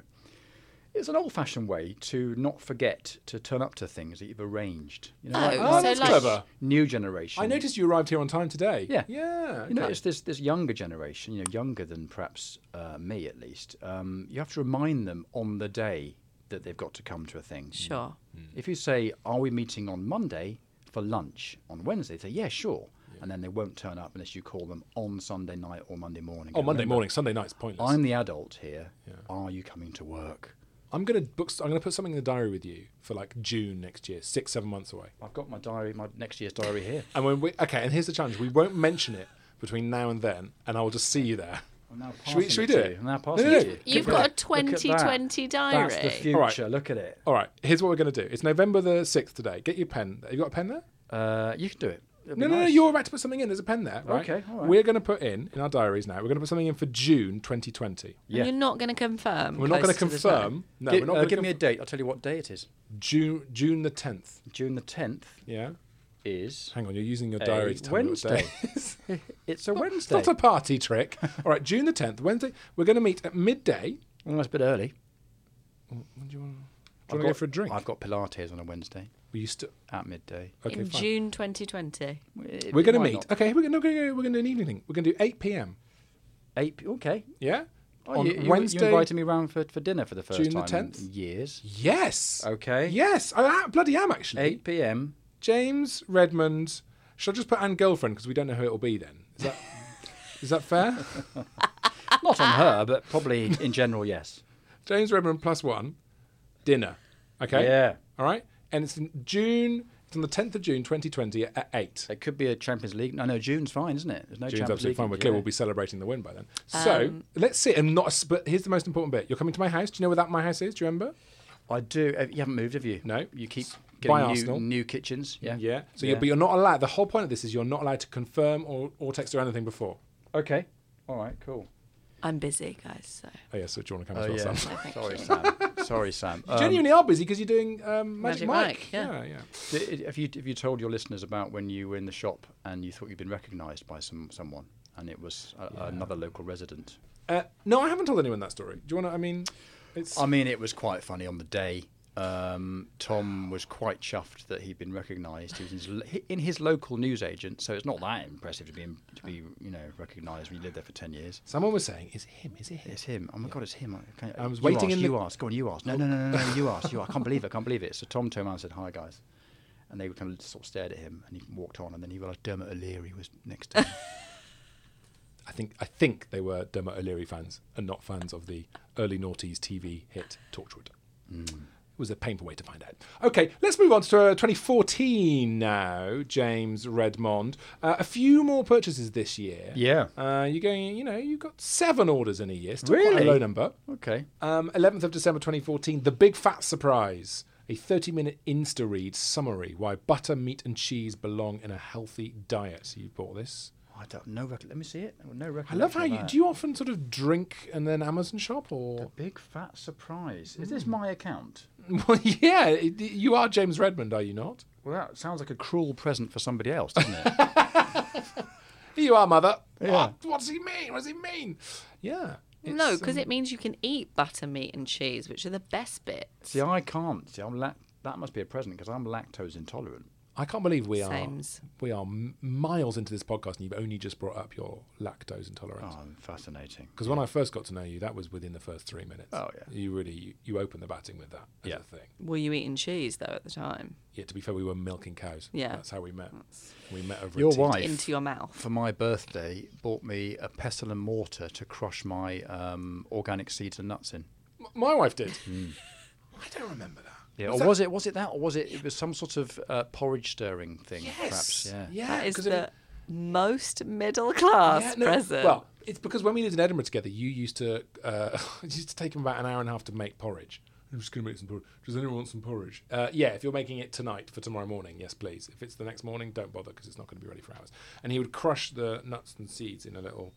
S4: it's an old-fashioned way to not forget to turn up to things that you've arranged. You know,
S3: Oh,
S4: like-
S3: so
S2: that's
S3: like
S2: clever.
S4: new generation.
S2: I noticed you arrived here on time today.
S4: Yeah,
S2: Yeah.
S4: You know,
S2: okay.
S4: it's this this younger generation. You know, younger than perhaps uh, me at least. Um, you have to remind them on the day that they've got to come to a thing.
S3: sure.
S4: If you say, "Are we meeting on Monday for lunch on Wednesday?" They say, "Yeah, sure," and then they won't turn up unless you call them on Sunday night or Monday morning.
S2: oh,
S4: And
S2: Monday
S4: remember,
S2: morning, Sunday night's pointless.
S4: I'm the adult here. Are you coming to work?
S2: I'm gonna book. I'm gonna put something in the diary with you for like June next year, six, seven months away.
S4: I've got my diary, my next year's diary here.
S2: And when we okay, and here's the challenge: we won't mention it between now and then, and I will just see you there.
S4: I'm now
S2: Should we,
S4: passing
S2: should we
S4: it
S2: do
S4: to
S2: it?
S4: you. I'm now
S2: No,
S4: passing
S2: no,
S4: it to
S2: no.
S4: you.
S3: You've
S4: Look
S3: got a
S4: at that. Look at that.
S3: 2020
S4: That's the
S3: diary.
S4: future.
S2: All right.
S4: Look at it.
S2: All right, here's what we're gonna do. It's November the sixth today. Get your pen. Have you got a pen there?
S4: Uh, you can do it. It'll be
S2: No, no, no.
S4: nice.
S2: You're about to put something in. There's a pen there, right?
S4: Okay, all right.
S2: We're gonna put in in our diaries now. We're gonna put something in for June 2020.
S4: Yeah.
S3: And you're not going to confirm.
S2: We're not
S3: going to the time.
S2: confirm. No,
S4: Gi-
S2: we're not.
S4: uh,
S2: gonna
S4: give me a
S2: conf-
S4: date. I'll tell you what day it is.
S2: June June the 10th.
S4: June the 10th
S2: Yeah.
S4: is
S2: Hang on, you're using your diary to tell me
S4: Wednesday.
S2: what day it is.
S4: it's a
S2: It's
S4: Wednesday.
S2: not a party trick. All right, June the 10th, Wednesday. We're going to meet at midday.
S4: Well, that's Oh, a bit early.
S2: Do you want to go for a drink?
S4: I've got Pilates on a Wednesday
S2: Will you st-
S4: at midday.
S2: okay,
S3: in
S2: fine.
S3: June 2020.
S4: It-
S2: we're going to
S4: why
S2: meet.
S4: not?
S2: Okay, we're going to we're going to do an evening. thing. We're going to do 8 p.m.
S4: Eight. p- Okay.
S2: Yeah.
S4: Oh, you, you, you invited me round for, for dinner for the first
S2: June the
S4: time in
S2: 10th?
S4: years.
S2: Yes.
S4: Okay.
S2: Yes, I, I bloody am actually.
S4: 8 p.m.
S2: James Redmond. Should I just put and girlfriend because we don't know who it'll be then? Is that is that fair?
S4: Not on her, but probably in general, yes.
S2: James Redmond plus one, dinner. Okay.
S4: Yeah.
S2: All right. And it's in June. It's on the 10th of June, 2020, at eight.
S4: It could be a Champions League. No, no, June's fine, isn't it? There's no
S2: June's
S4: Champions
S2: absolutely
S4: League.
S2: fine. We're clear.
S4: yeah.
S2: We'll be celebrating the win by then. So
S3: Um,
S2: let's see. And not. a s- But here's the most important bit. You're coming to my house. Do you know where that my house is? Do you remember?
S4: I do. uh, You haven't moved, have you?
S2: No.
S4: You keep
S2: By
S4: getting new,
S2: Arsenal.
S4: new kitchens. Yeah.
S2: So you're, but you're not allowed. The whole point of this is you're not allowed to confirm or, or text or anything before.
S4: Okay. All right. Cool.
S3: I'm busy, guys. So
S2: Oh yeah. So do you want to come as well,
S4: yeah.
S2: Sam?
S4: Sorry, Sam. Sorry, Sam. Um,
S2: Genuinely are busy because you're doing um, Magic,
S3: Magic
S2: Mike.
S3: Mike, yeah.
S2: yeah. yeah.
S4: d- have you have you told your listeners about when you were in the shop and you thought you'd been recognised by some someone and it was a, another local resident?
S2: Uh, no, I haven't told anyone that story. Do you want to? I mean, it's.
S4: I mean, it was quite funny on the day. Um, Tom was quite chuffed that he'd been recognised. He was in his, lo- in his local newsagent, so it's not that impressive to be in- to be you know recognised when you lived there for ten years.
S2: someone was saying, "Is it him? Is it him?"
S4: It's him. Oh my god, it's him. I- Can,
S2: I was
S4: you
S2: waiting
S4: ask,
S2: in the-
S4: you ask. Go on, you ask. No, no, no, no, no. You ask. You. ask. I can't believe it. I can't believe it. So Tom turned around and said, "Hi, guys," and they kind of sort of stared at him, and he walked on, and then he realised Dermot O'Leary was next to him.
S2: I think I think they were Dermot O'Leary fans and not fans of the early noughties TV hit Torchwood.
S4: Hmm.
S2: It was a painful way to find out. Okay, let's move on to uh, 2014 now. James Redmond, uh, a few more purchases this year.
S4: Yeah.
S2: uh, you're going. You know, you got seven orders in a year. Still quite
S4: Really?
S2: a low number.
S4: okay.
S2: Um, 11th of December 2014, The Big Fat Surprise, a 30 minute Insta read summary why butter, meat, and cheese belong in a healthy diet. So you bought this.
S4: I don't. No record. Let me see it. No record.
S2: I love how you do you often sort of drink and then Amazon shop or
S4: Big fat surprise. Is
S2: Hmm.
S4: this my account?
S2: well yeah it- you are James Redmond are you not
S4: Well, that sounds like a cruel present for somebody else, doesn't it?
S2: here you are mother
S4: Yeah.
S2: what what does he mean what does he mean yeah um,
S3: No, 'cause no, because it means you can eat butter, meat, and cheese, which are the best bits.
S4: see, I can't. See, I'm lac- That must be a present because I'm lactose intolerant.
S2: I can't believe we are
S3: Sames.
S2: we are m- miles into this podcast and you've only just brought up your lactose intolerance
S4: Oh, fascinating.
S2: because when I first got to know you that was within the first three minutes
S4: Oh, yeah.
S2: you really you, you opened the batting with that as
S4: Yeah.
S2: a thing
S3: Were you eating cheese though at the time?
S2: yeah to be fair we were milking cows
S3: Yeah.
S2: that's how we met we met over a
S4: Your
S2: tea
S4: wife.
S3: Into your mouth.
S4: for my birthday bought me a pestle and mortar to crush my um, organic seeds and nuts in.
S2: time. M- my wife did I don't remember that
S4: Yeah, or was it was it that or was it it was some sort of uh, porridge stirring thing? perhaps. Yeah.
S3: that is
S2: 'cause if it-
S3: the most middle class
S2: no,
S3: present.
S2: Well, it's because when we lived in Edinburgh together, you used to uh, it used to take him about an hour and a half to make porridge. I'm just going to make some porridge. Does anyone want some porridge? Uh, yeah, if you're making it tonight for tomorrow morning, yes, please. If it's the next morning, don't bother because it's not going to be ready for hours. And he would crush the nuts and seeds in a little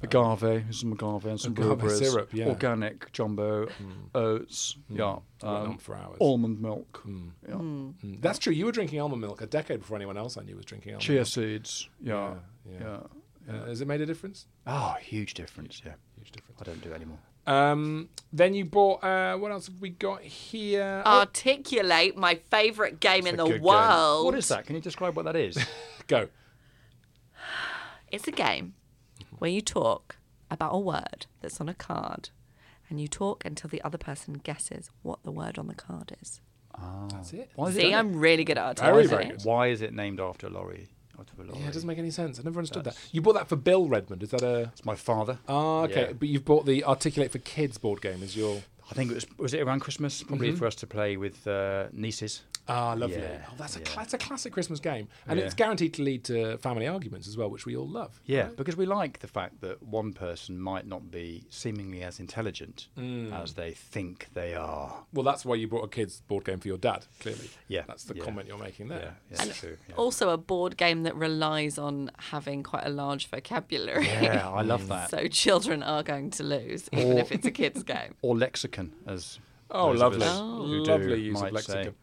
S4: agave, there's some agave and some
S2: Agave
S4: blueberries,
S2: syrup, yeah.
S4: organic jumbo, oats, yeah,
S2: Hmm. Went
S4: um,
S2: on for hours.
S4: almond milk, yeah,
S2: Mm, That's true. You were drinking almond milk a decade before anyone else I knew was drinking almond
S4: chia seeds, yeah,
S2: Yeah,
S4: yeah.
S2: yeah. milk. Uh, has it made a difference?
S4: Oh, huge difference, yeah. Huge difference. I don't do it anymore.
S2: Um, then you bought. Uh, what else have we got here?
S3: Articulate, my favourite game in
S2: a
S3: the
S2: good game.
S3: world.
S4: What is that? Can you describe what that is?
S2: Go.
S3: It's a game where you talk about a word that's on a card and you talk until the other person guesses what the word on the card is.
S2: That's it.
S4: Why is
S3: See,
S4: it,
S3: I'm really good at
S2: Very,
S3: articulating.
S2: very
S3: it.
S2: good.
S4: why is it named after a lorry? After a lorry.
S2: Yeah, it doesn't make any sense. I never understood that. You bought that for Bill Redmond. Is that a?
S4: it's my father.
S2: Ah, okay.
S4: Yeah.
S2: But you've bought the Articulate for Kids board game as your.
S4: I think it was was it around Christmas, probably for us to play with uh, nieces.
S2: Ah, lovely.
S4: Yeah,
S2: oh, that's a
S4: yeah.
S2: that's a classic Christmas game, and
S4: Yeah.
S2: it's guaranteed to lead to family arguments as well, which we all love.
S4: Yeah, because we like the fact that one person might not be seemingly as intelligent as they think they are.
S2: Well, that's why you bought a kids board game for your dad. Clearly,
S4: Yeah,
S2: That's the
S4: yeah.
S2: comment you're making there.
S4: Yeah, yeah true. Yeah.
S3: Also, a board game that relies on having quite a large vocabulary.
S4: Yeah, I love that.
S3: so children are going to lose, even if it's a kids' game.
S4: or lexicon, as
S2: Oh,
S4: those of us
S2: lovely,
S4: who do
S2: lovely use of
S4: might say.
S2: lexicon.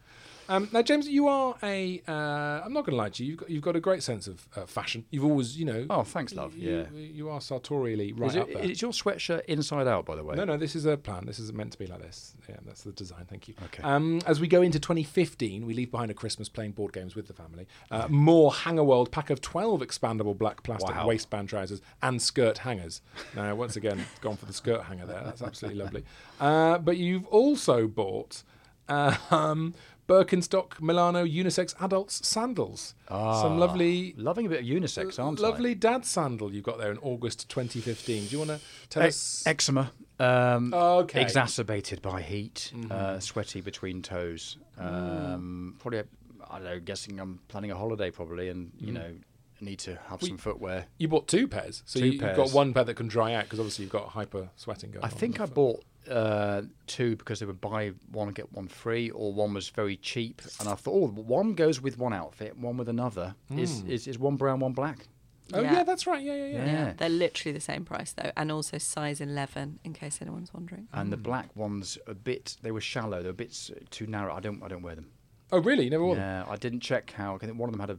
S2: Um, now, James, you are a. Uh, I'm not going to lie to you. You've got, you've got a great sense of uh, fashion. You've always, you know.
S4: Oh, thanks, love.
S2: you,
S4: Yeah.
S2: You are sartorially right
S4: Is, it,
S2: up there.
S4: is your sweatshirt inside out, by the way?
S2: No, no, this is a plan. This is meant to be like this. Yeah, that's the design. Thank you.
S4: Okay.
S2: Um, as we go into 2015, we leave behind a Christmas playing board games with the family. Uh, more Hanger World pack of 12 expandable black plastic
S4: Wow.
S2: waistband trousers and skirt hangers. Now, once again, gone for the skirt hanger there. That's absolutely lovely. Uh, but you've also bought uh, um, Birkenstock Milano unisex adults sandals.
S4: Ah,
S2: Some lovely.
S4: Loving a bit of unisex, aren't I?
S2: Lovely dad sandal you got there in August 2015. Do you want to tell
S4: E-
S2: us?
S4: eczema. Um,
S2: Okay.
S4: Exacerbated by heat, uh, sweaty between toes. Um, Probably, I don't know, guessing I'm planning a holiday probably and, you know, need to have some footwear.
S2: You bought two pairs, so
S4: Two
S2: you, you've got
S4: pairs.
S2: one pair that can dry out because obviously you've got hyper sweating going
S4: I
S2: on.
S4: think I bought uh, two because they were buy one get one free, or one was very cheap, and I thought, oh, one goes with one outfit, one with another. Is, is is one brown, one black?
S2: Oh yeah,
S3: Yeah.
S2: that's right. Yeah, yeah, yeah.
S4: Yeah.
S3: They're literally the same price, though, and also size 11, in case anyone's wondering.
S4: And the black ones a bit. They were shallow. They were a bit s- too narrow. I don't I don't wear them.
S2: Oh really? You never wore them.
S4: Yeah, I didn't check how. I think one of them had a,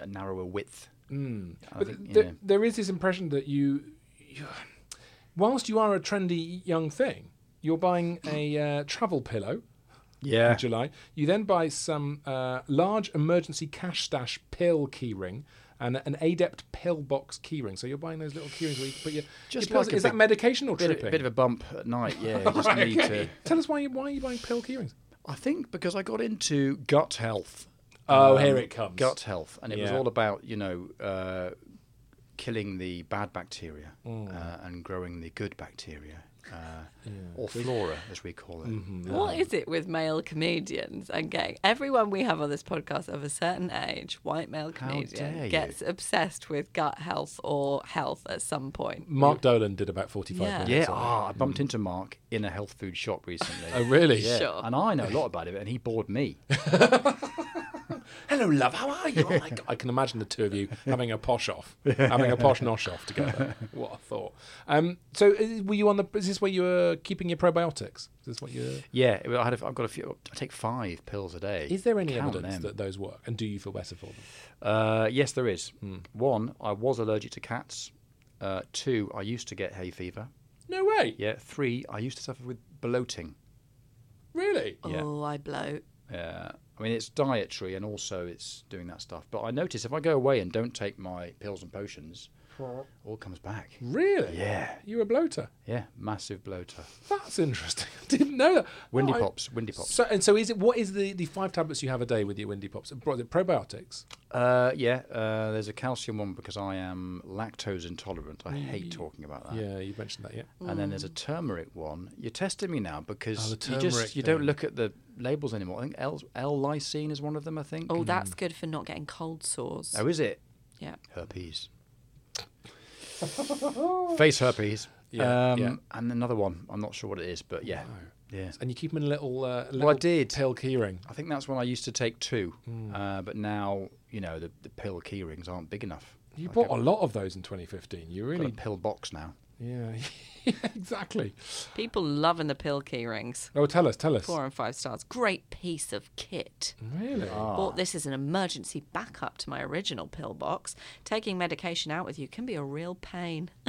S4: uh, a narrower width. I
S2: Hmm. But
S4: think,
S2: th-
S4: yeah.
S2: there is this impression that you, you, whilst you are a trendy young thing, you're buying a uh, travel pillow.
S4: Yeah.
S2: in July. You then buy some uh, large emergency cash stash pill keyring and an adept pill box keyring. So you're buying those little keyrings where you can put your.
S4: Just
S2: your pills-
S4: like a
S2: is that
S4: big-
S2: medication or
S4: Bit,
S2: tripping?
S4: a bit of a bump at night. Yeah, you just need to.
S2: Tell us why you why are you buying pill keyrings?
S4: I think because I got into gut health. um,
S2: Oh, here it comes.
S4: Gut health, and it was
S2: Yeah.
S4: all about you know uh, killing the bad bacteria
S2: Hmm.
S4: uh, and growing the good bacteria, uh, or flora as we call it.
S2: Mm-hmm.
S3: What is it with male comedians and gay? Everyone we have on this podcast of a certain age, white male
S4: How dare
S3: comedian,
S4: you.
S3: gets obsessed with gut health or health at some point.
S2: Mark Dolan did about 45
S3: Yeah.
S2: minutes.
S4: Yeah,
S2: on it. Mm.
S4: ah, I bumped into Mark in a health food shop recently.
S2: Oh, really?
S4: Yeah,
S3: Sure.
S4: and I know a lot about it, and he bored me.
S2: Hello, love. How are you? Oh, my God. I can imagine the two of you having a posh off, having a posh nosh off together. What a thought. Um, so, uh, were you on the? Is this where you were keeping your probiotics? Is this what you?
S4: Yeah, I had a, I've got a few. I take five pills a day.
S2: Is there any
S4: Count
S2: evidence
S4: them.
S2: that those work, and do you feel better for them?
S4: Uh, yes, there is.
S2: Hmm.
S4: One, I was allergic to cats. Uh, two, I used to get hay fever.
S2: No way.
S4: Yeah. Three, I used to suffer with bloating.
S2: Really?
S4: Yeah.
S3: Oh, I bloat.
S4: Yeah. I mean, it's dietary and also it's doing that stuff. But I notice if I go away and don't take my pills and potions, all comes back.
S2: Hmm. Really?
S4: Yeah.
S2: You're a bloater.
S4: Yeah, massive bloater.
S2: That's interesting. I didn't know that.
S4: Windy
S2: Oh, I-
S4: pops, windy pops.
S2: So, and so, is it? What is the, the five tablets you have a day with your windy pops? Bro- the Probiotics.
S4: Uh, yeah, uh, there's a calcium one because I am lactose intolerant. I hate talking about that.
S2: Yeah, you mentioned that. Yeah.
S4: And then there's a turmeric one. You're testing me now because
S2: Mm. Oh, the
S4: you
S2: turmeric
S4: just you don't
S2: thing.
S4: look at the labels anymore. I think L lysine is one of them. I think.
S3: Oh, that's good for not getting cold sores.
S4: Oh, is it
S3: Yeah.
S4: herpes? Face herpes.
S2: Yeah,
S4: um,
S2: yeah.
S4: And another one. I'm not sure what it is, but yeah, yeah.
S2: And you keep them in a little. Uh, little
S4: did.
S2: Pill keyring.
S4: I
S2: Hmm.
S4: think that's when I used to take two, uh, but now you know the, the pill key rings aren't big enough.
S2: You bought a lot of those in 2015. You
S4: Got a
S2: really,
S4: pill box now.
S2: yeah, yeah, exactly.
S3: People loving the pill key rings.
S2: Oh, tell us, tell us.
S3: Four and five stars. Great piece of kit.
S2: Really?
S3: Bought this as an emergency backup to my original pill box. Taking medication out with you can be a real pain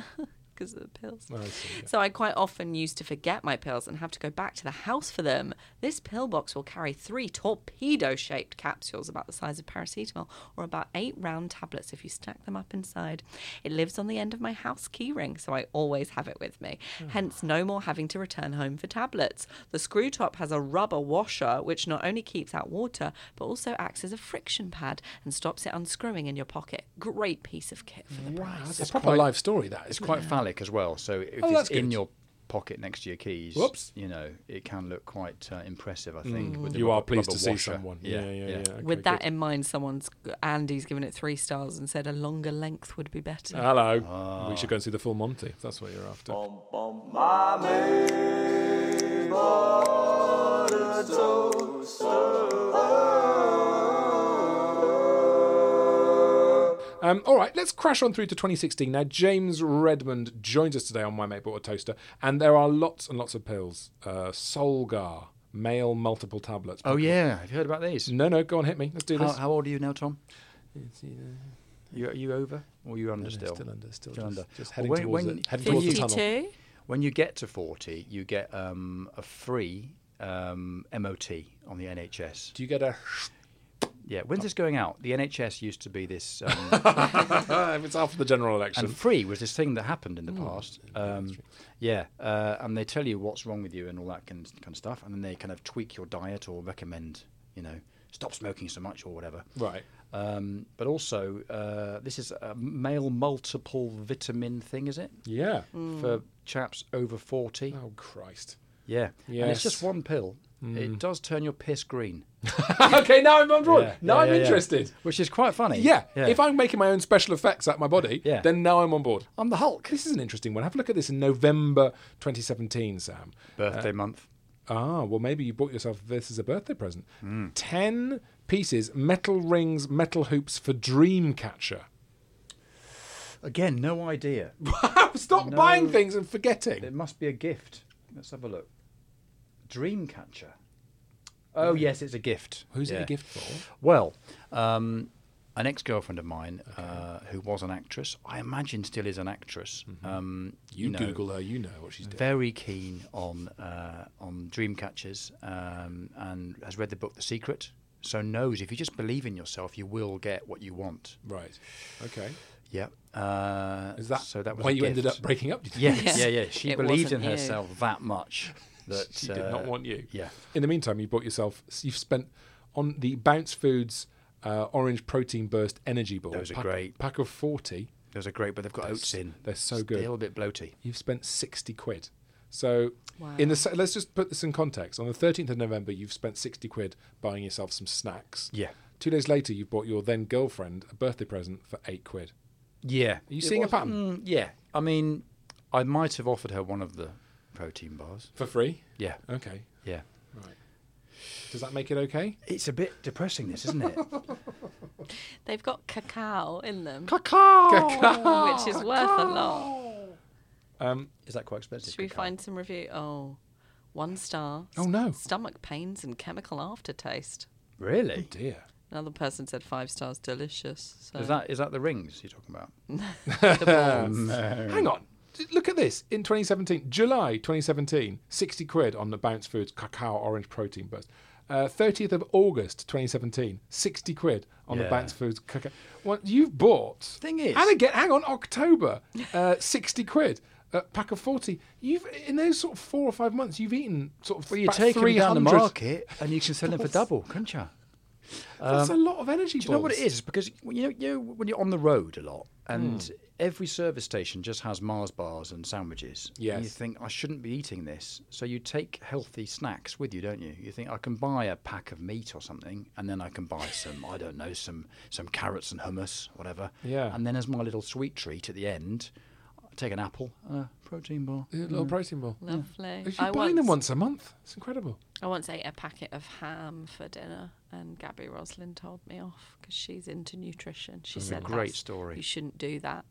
S3: because of the pills.
S2: I see,
S3: So I quite often used to forget my pills and have to go back to the house for them. This pill box will carry three torpedo shaped capsules about the size of paracetamol or about eight round tablets if you stack them up inside. It lives on the end of my house key ring, so I always have it with me.
S2: Hmm.
S3: Hence, no more having to return home for tablets. The screw top has a rubber washer which not only keeps out water but also acts as a friction pad and stops it unscrewing in your pocket. Great piece of kit for the price.
S2: That's a proper life story. That is
S4: It's quite phallic as well. So if
S2: Oh, that's
S4: it's in
S2: good.
S4: your pocket next to your keys,
S2: Whoops. Mm.
S4: you know, it can look quite uh, impressive, I think. with the
S2: You are
S4: rubber-
S2: pleased to
S4: rubber
S2: see
S4: washer.
S2: someone. Yeah, yeah, yeah. Okay,
S3: With that
S2: good.
S3: in mind, someone's Andy's given it three stars and said a longer length would be better.
S2: Hello.
S4: Ah.
S2: We should go and see the full Monty. If that's what you're after. Um, all right, let's crash on through to 2016. Now, James Redmond joins us today on My Mate Bought a Toaster, and there are lots and lots of pills. Uh, Solgar, male multiple tablets.
S4: Oh, yeah. Have you heard about these?
S2: No, no, go on, hit me. Let's do
S4: How,
S2: this. uh,
S4: how old are you now, Tom? You, are you over or you under still?
S2: still under, still
S4: Still
S2: just-
S4: under.
S2: just
S4: Well,
S2: heading
S4: when-
S2: towards
S4: when-
S2: it, heading towards the tunnel.
S3: 52?
S4: When you get to 40, you get um, a free um, MOT on the NHS.
S2: Do you get a?
S4: Yeah,
S2: Oh.
S4: when's this going out? The NHS used to be this, um,
S2: if it's after the general election.
S4: and free was this thing that happened in the past. Um, yeah, uh, and they tell you what's wrong with you and all that kind, kind of stuff, and then they kind of tweak your diet or recommend, you know, stop smoking so much or whatever.
S2: Right.
S4: Um, but also, uh, this is a male multiple vitamin thing, is it?
S2: yeah.
S4: For chaps over 40.
S2: Hmm. Oh Christ.
S4: Yeah. And it's
S2: Yes. Hmm.
S4: just one pill. It does turn your piss green.
S2: okay, now I'm on board.
S4: Yeah,
S2: now
S4: yeah,
S2: I'm
S4: yeah, yeah.
S2: interested.
S4: Which is quite funny.
S2: Yeah. If I'm making my own special effects at my body,
S4: Yeah.
S2: then now I'm on board.
S4: I'm the Hulk.
S2: This is an interesting one. Have a look at this in November 2017, Sam.
S4: Birthday month.
S2: Ah, well, maybe you bought yourself this as a birthday present.
S4: Hmm.
S2: Ten pieces, metal rings, metal hoops for Dreamcatcher.
S4: Again, no idea.
S2: Stop
S4: No.
S2: buying things and
S4: It
S2: forgetting.
S4: must be a gift. Let's have a look. Dreamcatcher. Oh, yes, it's a gift.
S2: Who's it
S4: Yeah.
S2: a gift for?
S4: Well, um, an ex girlfriend of mine uh, who was an actress, I imagine still is an actress. Um,
S2: Mm-hmm. You,
S4: know, Mm.
S2: Google her, you know what she's doing.
S4: very keen on uh, on dream catchers um, and has read the book The Secret. So knows if you just believe in yourself, you will get what you want.
S2: Right. Okay.
S4: Yeah. Uh,
S2: Is that,
S4: so? That was
S2: why
S4: a
S2: you ended
S4: gift.
S2: up breaking up? do you think?
S4: Yes. Yeah. Yeah. She
S3: It
S4: believed in
S3: wasn't you.
S4: herself that much that
S2: She did
S4: uh,
S2: not want you.
S4: Yeah.
S2: In the meantime, you bought yourself. You've spent on the Bounce Foods uh, Orange Protein Burst Energy Ball.
S4: Those are
S2: pack,
S4: great.
S2: Pack of forty.
S4: Those are great, but they've got oats in.
S2: they're so good.
S4: Still a bit bloaty.
S2: You've spent sixty quid. So, in the se- let's just put this in context. On the thirteenth of November, you've spent sixty quid buying yourself some snacks.
S4: Yeah.
S2: Two days later, you bought your then girlfriend a birthday present for eight quid.
S4: Yeah.
S2: you seeing a pattern?
S4: mm, yeah. I mean, I might have offered her one of the protein bars.
S2: For free?
S4: Yeah.
S2: Okay.
S4: Yeah.
S2: Does that make it okay?
S4: It's a bit depressing, this, isn't it?
S3: They've got cacao in them,
S4: Cacao!
S3: which is worth a lot.
S4: Is that quite expensive?
S3: Should we
S4: cacao?
S3: find some review? Oh, one star.
S2: Oh, no.
S3: Stomach pains and chemical aftertaste.
S4: Really?
S2: Dear.
S3: Another person said five stars delicious. So
S4: Is that is that the rings you're talking about?
S3: the balls.
S2: Hang on. D- Look at this. In 2017, July 2017, 60 quid on the Bounce Foods Cacao Orange Protein Burst. Uh, 30th of August 2017, 60 quid on the
S4: Yeah.
S2: Bounce Foods Cacao. What you've bought.
S4: Thing is-
S2: And again, hang on, October, uh, 60 quid. A pack of 40. You've In those sort of four or five months, you've eaten sort of
S4: Well, you
S2: about
S4: take them down the
S2: 300.
S4: market and you can sell them for double, can't you?
S2: That's a lot of energy
S4: Do you know what it
S2: balls.
S4: is? It's because you know, you know when you're on the road a lot, and every service station just has Mars bars and sandwiches. And you
S2: Yes.
S4: think I shouldn't be eating this, so you take healthy snacks with you, don't you? You think I can buy a pack of meat or something, and then I can buy some I don't know some some carrots and hummus, whatever.
S2: Yeah.
S4: And then as my little sweet treat at the end, I take an apple and a protein bar.
S2: A little protein ball.
S3: Lovely.
S2: You're
S3: I
S2: buying them once
S3: once
S2: a month. It's incredible.
S3: I once ate a packet of ham for dinner, and Gabby Roslin told me off because she's into nutrition. She
S4: That's a
S3: said,
S4: great
S3: "That's-
S4: story."
S3: You shouldn't do that."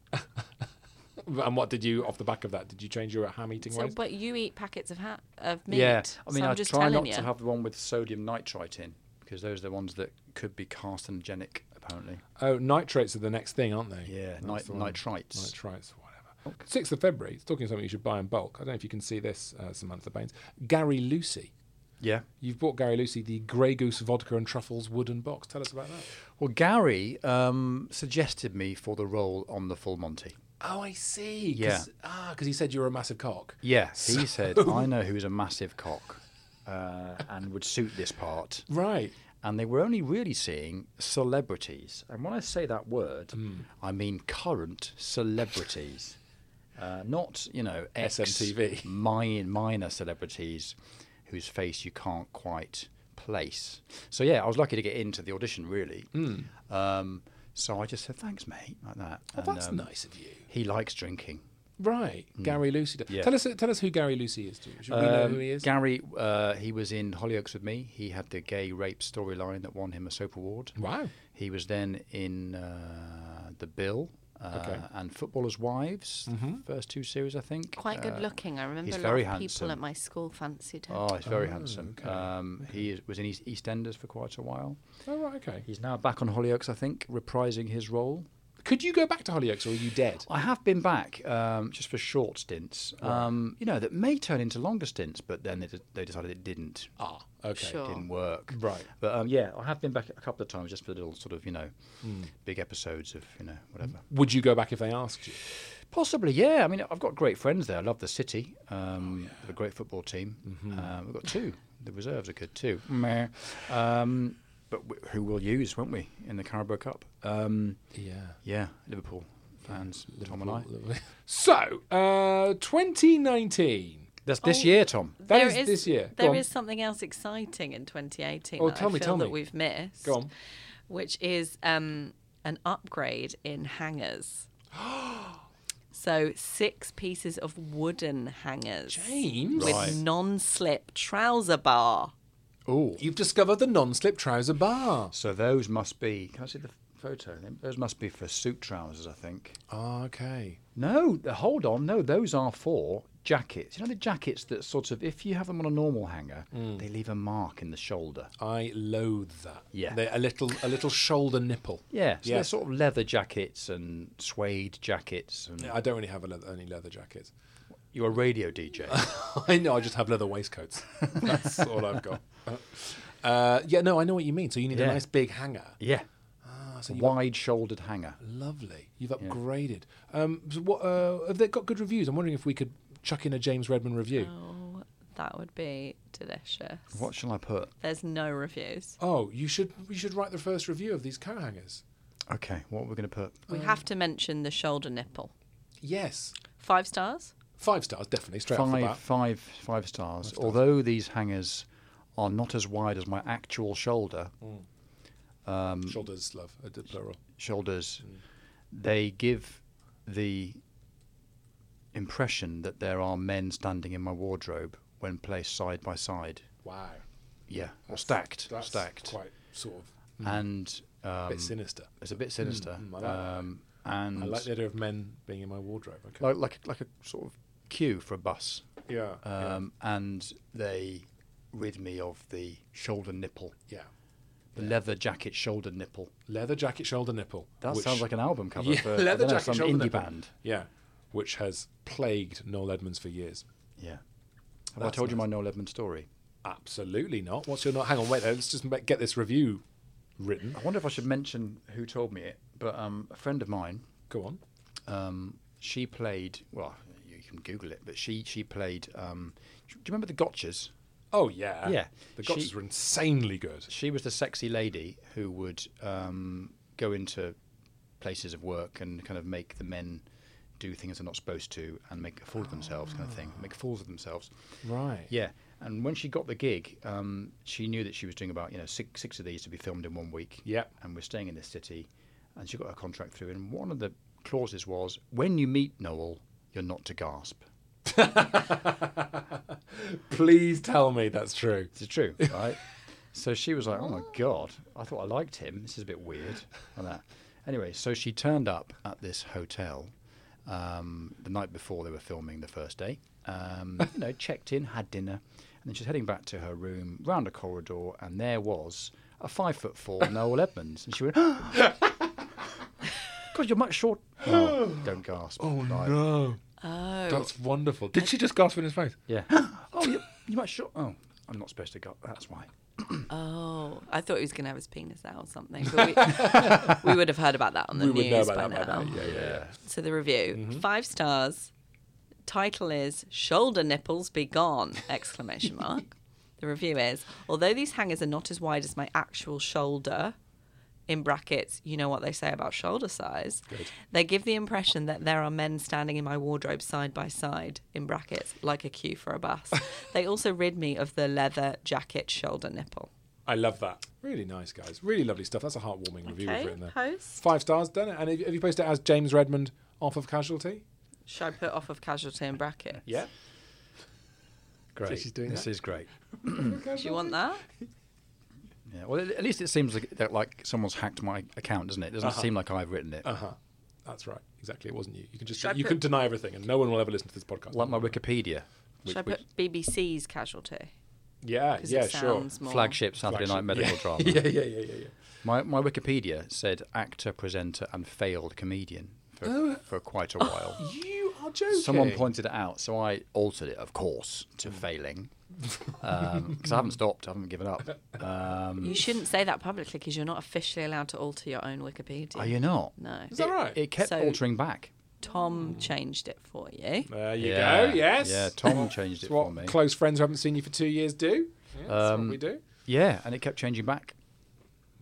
S2: And what did you, off the back of that, did you change your ham eating
S3: so,
S2: ways?
S3: but you eat packets of ha- of meat.
S4: Yeah, I mean,
S3: so I'm
S4: I
S3: just
S4: try
S3: telling
S4: not
S3: you.
S4: to have the one with sodium nitrite in because those are the ones that could be carcinogenic, apparently.
S2: Oh, nitrates are the next thing, aren't they?
S4: Yeah,
S2: That's
S4: nit-
S2: the one.
S4: nitrites.
S2: Nitrites, whatever. 6th of February, it's talking something you should buy in bulk. I don't know if you can see this, uh, Samantha Baines. Gary Lucy.
S4: Yeah.
S2: You've bought Gary Lucy the Grey Goose vodka and truffles wooden box. Tell us about that.
S4: Well, Gary um, suggested me for the role on the Full Monty.
S2: Oh, I see.
S4: Yeah.
S2: Ah, because he said you were a massive cock.
S4: Yes. He said, I know who's a massive cock uh, and would suit this part.
S2: Right.
S4: And they were only really seeing celebrities. And when I say that word,
S2: Hmm.
S4: I mean current celebrities. Uh, not, you know, ex
S2: SMTV.
S4: Min- minor celebrities whose face you can't quite place. So, yeah, I was lucky to get into the audition, really.
S2: Hmm.
S4: Um, so I just said, thanks, mate, like that.
S2: Oh,
S4: And,
S2: that's
S4: um,
S2: nice of you. Mm.
S4: He likes drinking.
S2: Right. Gary Lucy.
S4: Yeah.
S2: Tell us tell us who Gary Lucy is. Do you? Should we know
S4: Um,
S2: who he is?
S4: Gary, uh, he was in Hollyoaks with me. He had the gay rape storyline that won him a soap award.
S2: Wow.
S4: He was then in uh, The Bill uh,
S2: Okay. Mm-hmm.
S4: and Footballers' Wives, the first two series, I think.
S3: Quite
S4: Uh,
S3: good looking. I remember
S4: he's
S3: a lot
S4: very
S3: of
S4: handsome.
S3: people at my school fancied him.
S4: Oh, he's very handsome. Um, He is, was in East, EastEnders for quite a while.
S2: Oh, right. Okay.
S4: He's now back on Hollyoaks, I think, reprising his role.
S2: Could you go back to Hollyoaks or are you dead?
S4: I have been back um, just for short stints, um, you know, that may turn into longer stints, but then they, d- they decided it didn't.
S2: Ah, okay.
S3: Sure.
S4: didn't work.
S2: Right.
S4: But um, yeah, I have been back a couple of times just for little sort of, you know,
S2: Hmm.
S4: big episodes of, you know, whatever.
S2: Would you go back if they asked you?
S4: Possibly, yeah. I mean, I've got great friends there. I love the city. Um, they have a great football team. Um, we've got two. the reserves are good too. Meh. Um, but w- who will use, won't we, in the Carabao Cup? Um,
S2: Yeah.
S4: yeah, Liverpool fans, Tom and I.
S2: So, uh, 2019.
S4: That's this year, Tom.
S2: That
S3: There
S2: is
S3: is-
S2: this year. Go
S3: There
S2: on.
S3: is something else exciting in 2018
S2: Oh,
S3: that
S2: tell
S3: I
S2: me,
S3: feel
S2: tell
S3: that
S2: me.
S3: we've missed.
S2: Go on.
S3: Which is um, an upgrade in hangers. so six pieces of wooden hangers
S2: James.
S3: with non-slip trouser bar.
S4: Oh,
S2: You've discovered the non-slip trouser bar.
S4: so those must be. Can I see the photo? Those must be for suit trousers, I think.
S2: Oh, okay.
S4: No, th- hold on. No, those are for jackets. You know the jackets that sort of, if you have them on a normal hanger, they leave a mark in the shoulder.
S2: I loathe that.
S4: Yeah.
S2: They're a little, a little shoulder nipple.
S4: Yeah, so
S2: Yeah.
S4: they're sort of leather jackets and suede jackets. And
S2: Yeah, I don't really have a leather, any leather jackets.
S4: you're a radio DJ.
S2: I know. I just have leather waistcoats. That's all I've got. Uh, yeah. No, I know what you mean. So you need a
S4: Yeah.
S2: nice big hanger.
S4: yeah,
S2: Ah, so you
S4: wide-shouldered hanger.
S2: Lovely. You've upgraded. Um, so what, uh, have they got good reviews? I'm wondering if we could chuck in a James Redman review.
S3: Oh, that would be delicious.
S4: What shall I put?
S3: There's no reviews.
S2: Oh, you should you should write the first review of these coat hangers.
S4: Okay, what we're going to put?
S2: Oh.
S3: We have to mention the shoulder nipple.
S2: Yes.
S3: Five stars.
S2: Five stars, definitely, straight off the
S4: Five,
S2: bat.
S4: five, five stars. Although these hangers are not as wide as my actual shoulder,
S2: Shoulders, love, I did plural.
S4: shoulders,
S2: Hmm.
S4: they give the impression that there are men standing in my wardrobe when placed side by side.
S2: Wow.
S4: Yeah, or stacked,
S2: That's
S4: stacked,
S2: quite sort of
S4: and um,
S2: a bit sinister.
S4: it's a bit sinister.
S2: mm, I like that.
S4: um, and
S2: I like
S4: like,
S2: the idea of men being in my wardrobe. Okay.
S4: like like a sort of queue for a bus,
S2: yeah.
S4: um, and they rid me of the shoulder nipple,
S2: yeah. yeah.
S4: the leather jacket shoulder nipple.
S2: Leather jacket, shoulder nipple.
S4: That
S2: which-
S4: sounds like an album cover
S2: yeah,
S4: for I
S2: leather
S4: dunno,
S2: jacket,
S4: some
S2: shoulder
S4: indie
S2: nipple.
S4: band.
S2: Yeah. Which has plagued Noel Edmonds for years.
S4: Yeah. Have I
S2: That's
S4: told you
S2: nice.
S4: my Noel Edmonds story?
S2: Absolutely not. What's your not? Hang on, wait. there, Let's just ma- get this review written.
S4: I wonder if I should mention who told me it, but um, a friend of mine,
S2: Go on.
S4: um, she played. Well, you can Google it, but she she played. Um, do you remember the Gotchas?
S2: Oh yeah,
S4: Yeah.
S2: The
S4: She-
S2: gotchas were insanely good.
S4: She was the sexy lady who would um, go into places of work and kind of make the men do things they're not supposed to and make a fool of themselves, kind of thing, make fools of themselves.
S2: Right.
S4: Yeah, and when she got the gig, um, she knew that she was doing about you know six six of these to be filmed in one week.
S2: Yep.
S4: and we're staying in this city, and she got her contract through. And one of the clauses was, when you meet Noel, you're not to gasp.
S2: Please tell me that's true.
S4: It's true, right? so she was like, "Oh my god, I thought I liked him. This is a bit weird." And that. Anyway, so she turned up at this hotel um, the night before they were filming the first day. Um, you know, checked in, had dinner, and then she's heading back to her room, round a corridor, and there was a five foot four Noel Edmonds, and she went. God, you're much short. Oh, don't gasp. Oh
S2: No.
S3: Oh.
S2: That's wonderful. Did she just gasp in his face?
S4: Yeah. oh, you, you might short. Oh, I'm not supposed to go. That's why.
S3: Oh, I thought he was going to have his penis out or something. But we, we would have heard about that on the
S2: We
S3: news
S2: would know about
S3: by
S2: that by
S3: now.
S2: now. Yeah, yeah, yeah.
S3: So the review,
S2: Mm-hmm.
S3: five stars. Title is "Shoulder nipples be gone!" Exclamation mark. the review is: Although these hangers are not as wide as my actual shoulder, in brackets, you know what they say about shoulder size. They give the impression that there are men standing in my wardrobe side by side, in brackets, like a queue for a bus. they also rid me of the leather jacket shoulder nipple.
S2: I love that. Really nice, guys. Really lovely stuff. That's a heartwarming review we've
S3: Okay,
S2: written there.
S3: post.
S2: Five stars, done it. And have you- have you posted it as James Redmond off of Casualty?
S3: Should I put off of casualty in brackets?
S4: Great.
S2: So she's doing
S4: this
S2: that?
S4: is great.
S3: Do you want that?
S4: Yeah. Well, at least it seems like that like someone's hacked my account, doesn't it? It doesn't
S2: Uh-huh.
S4: seem like I've written it.
S2: That's right. Exactly. It wasn't you. You can just you can deny everything, and no one will ever listen to this podcast.
S4: Like my Wikipedia.
S3: Should I put BBC's casualty?
S2: yeah,
S3: Because
S2: yeah,
S3: it
S2: sure.
S3: sounds more
S4: Flagship Saturday
S2: Flagship,
S4: Night Medical
S2: yeah. yeah,
S4: Drama.
S2: yeah, yeah, yeah, yeah.
S4: My, my Wikipedia said actor, presenter, and failed comedian for, for quite a while.
S2: Oh. You Mm. are joking.
S4: Someone pointed it out, so I altered it, of course, to failing. Because I haven't stopped, I haven't given up. Um,
S3: You shouldn't say that publicly because you're not officially allowed to alter your own Wikipedia.
S4: are you not?
S3: No.
S2: Is that right? Hmm.
S4: It kept
S3: So-
S4: altering back.
S3: Tom changed it for you.
S2: there you
S4: Yeah.
S2: go. Yes.
S4: Yeah, Tom changed it
S2: It's what
S4: for me. Um,
S2: close friends who haven't seen you for two years do. Yeah, that's what we do.
S4: yeah, and it kept changing back,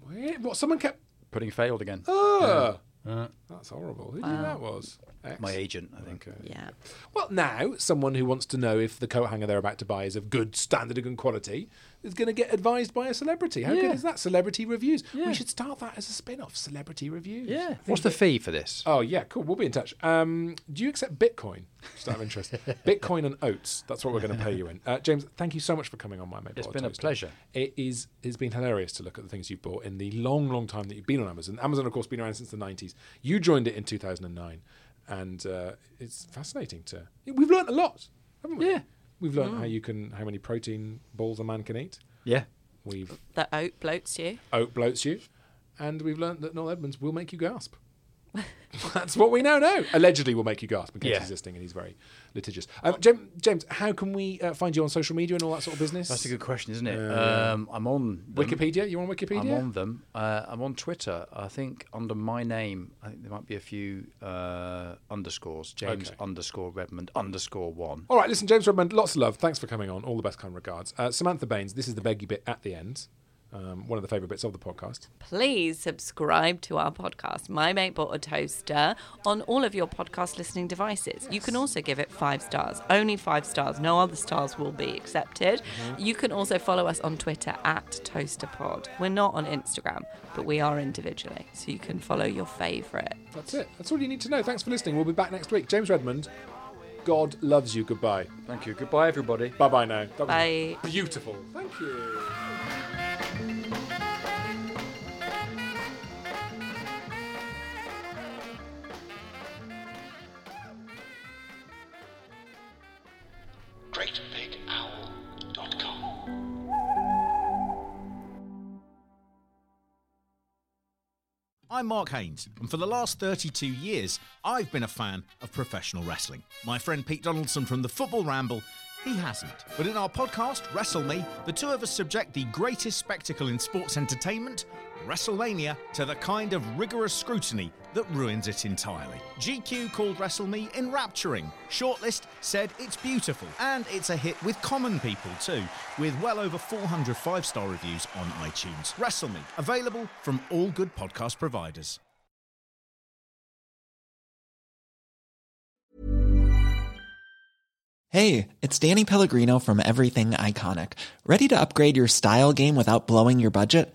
S2: Weird. What? Someone kept.
S4: putting failed again.
S2: Oh, that's horrible. Who knew that was? Ex.
S4: My agent, I think.
S3: Yeah.
S2: Well, now someone who wants to know if the coat hanger they're about to buy is of good standard and good quality is going to get advised by a celebrity. How good is that? Celebrity reviews. We should start that as a spin-off. Celebrity reviews.
S4: Yeah. What's the fee for this?
S2: Oh yeah, cool. We'll be in touch. Um, do you accept Bitcoin? Just out of interest, Bitcoin and oats. That's what we're going to pay you in. Uh, James, thank you so much for coming on my mate.
S4: It's
S2: Bottle
S4: been a
S2: Toast.
S4: pleasure.
S2: It is. It's been hilarious to look at the things you've bought in the long, long time that you've been on Amazon. Amazon, of course, been around since the '90s. You joined it in 2009, and uh, it's fascinating to. We've learned a lot, haven't we?
S4: Yeah. Mm.
S2: We've learned how you can, how many protein balls a man can eat.
S4: Yeah.
S2: We've
S3: That oat bloats you.
S2: oat bloats you, and we've learned that Noel Edmonds will make you gasp. That's what we now know. Allegedly, will make you gasp in case
S4: Yeah.
S2: he's listening and he's very litigious. Um, James, James, how can we uh, find you on social media and all that sort of business?
S4: That's a good question, isn't it? um, I'm on them.
S2: Wikipedia. You on Wikipedia?
S4: I'm on them. Uh, I'm on Twitter. I think under my name, I think there might be a few uh, underscores. James
S2: Okay.
S4: underscore Redmond underscore one.
S2: All right, listen, James Redmond, lots of love. Thanks for coming on. All the best kind regards. Uh, Samantha Baines, this is the beggy bit at the end. Um, one of the favourite bits of the podcast.
S3: Please subscribe to our podcast, My Mate Bought a Toaster, on all of your podcast listening devices. You can also give it five stars, only five stars. No other stars will be accepted.
S2: Mm-hmm.
S3: You can also follow us on Twitter at ToasterPod. We're not on Instagram, but we are individually, so you can follow your favourite.
S2: That's it. That's all you need to know. Thanks for listening. We'll be back next week. James Redmond, God loves you. Goodbye.
S4: Thank you. Goodbye, everybody.
S2: Bye bye now. That was
S3: Bye.
S2: Beautiful. Thank you.
S1: GreatBigOwl.com.
S9: I'm Mark Haynes, and for the last 32 years, I've been a fan of professional wrestling. My friend Pete Donaldson from the Football Ramble, he hasn't. But in our podcast, Wrestle Me, the two of us subject the greatest spectacle in sports entertainment, WrestleMania, to the kind of rigorous scrutiny that ruins it entirely. GQ called Wrestle Me enrapturing. Shortlist said it's beautiful, and it's a hit with common people too, with well over 400 five star reviews on iTunes. Wrestle Me, available from all good podcast providers.
S10: Hey, it's Danny Pellegrino from Everything Iconic. Ready to upgrade your style game without blowing your budget?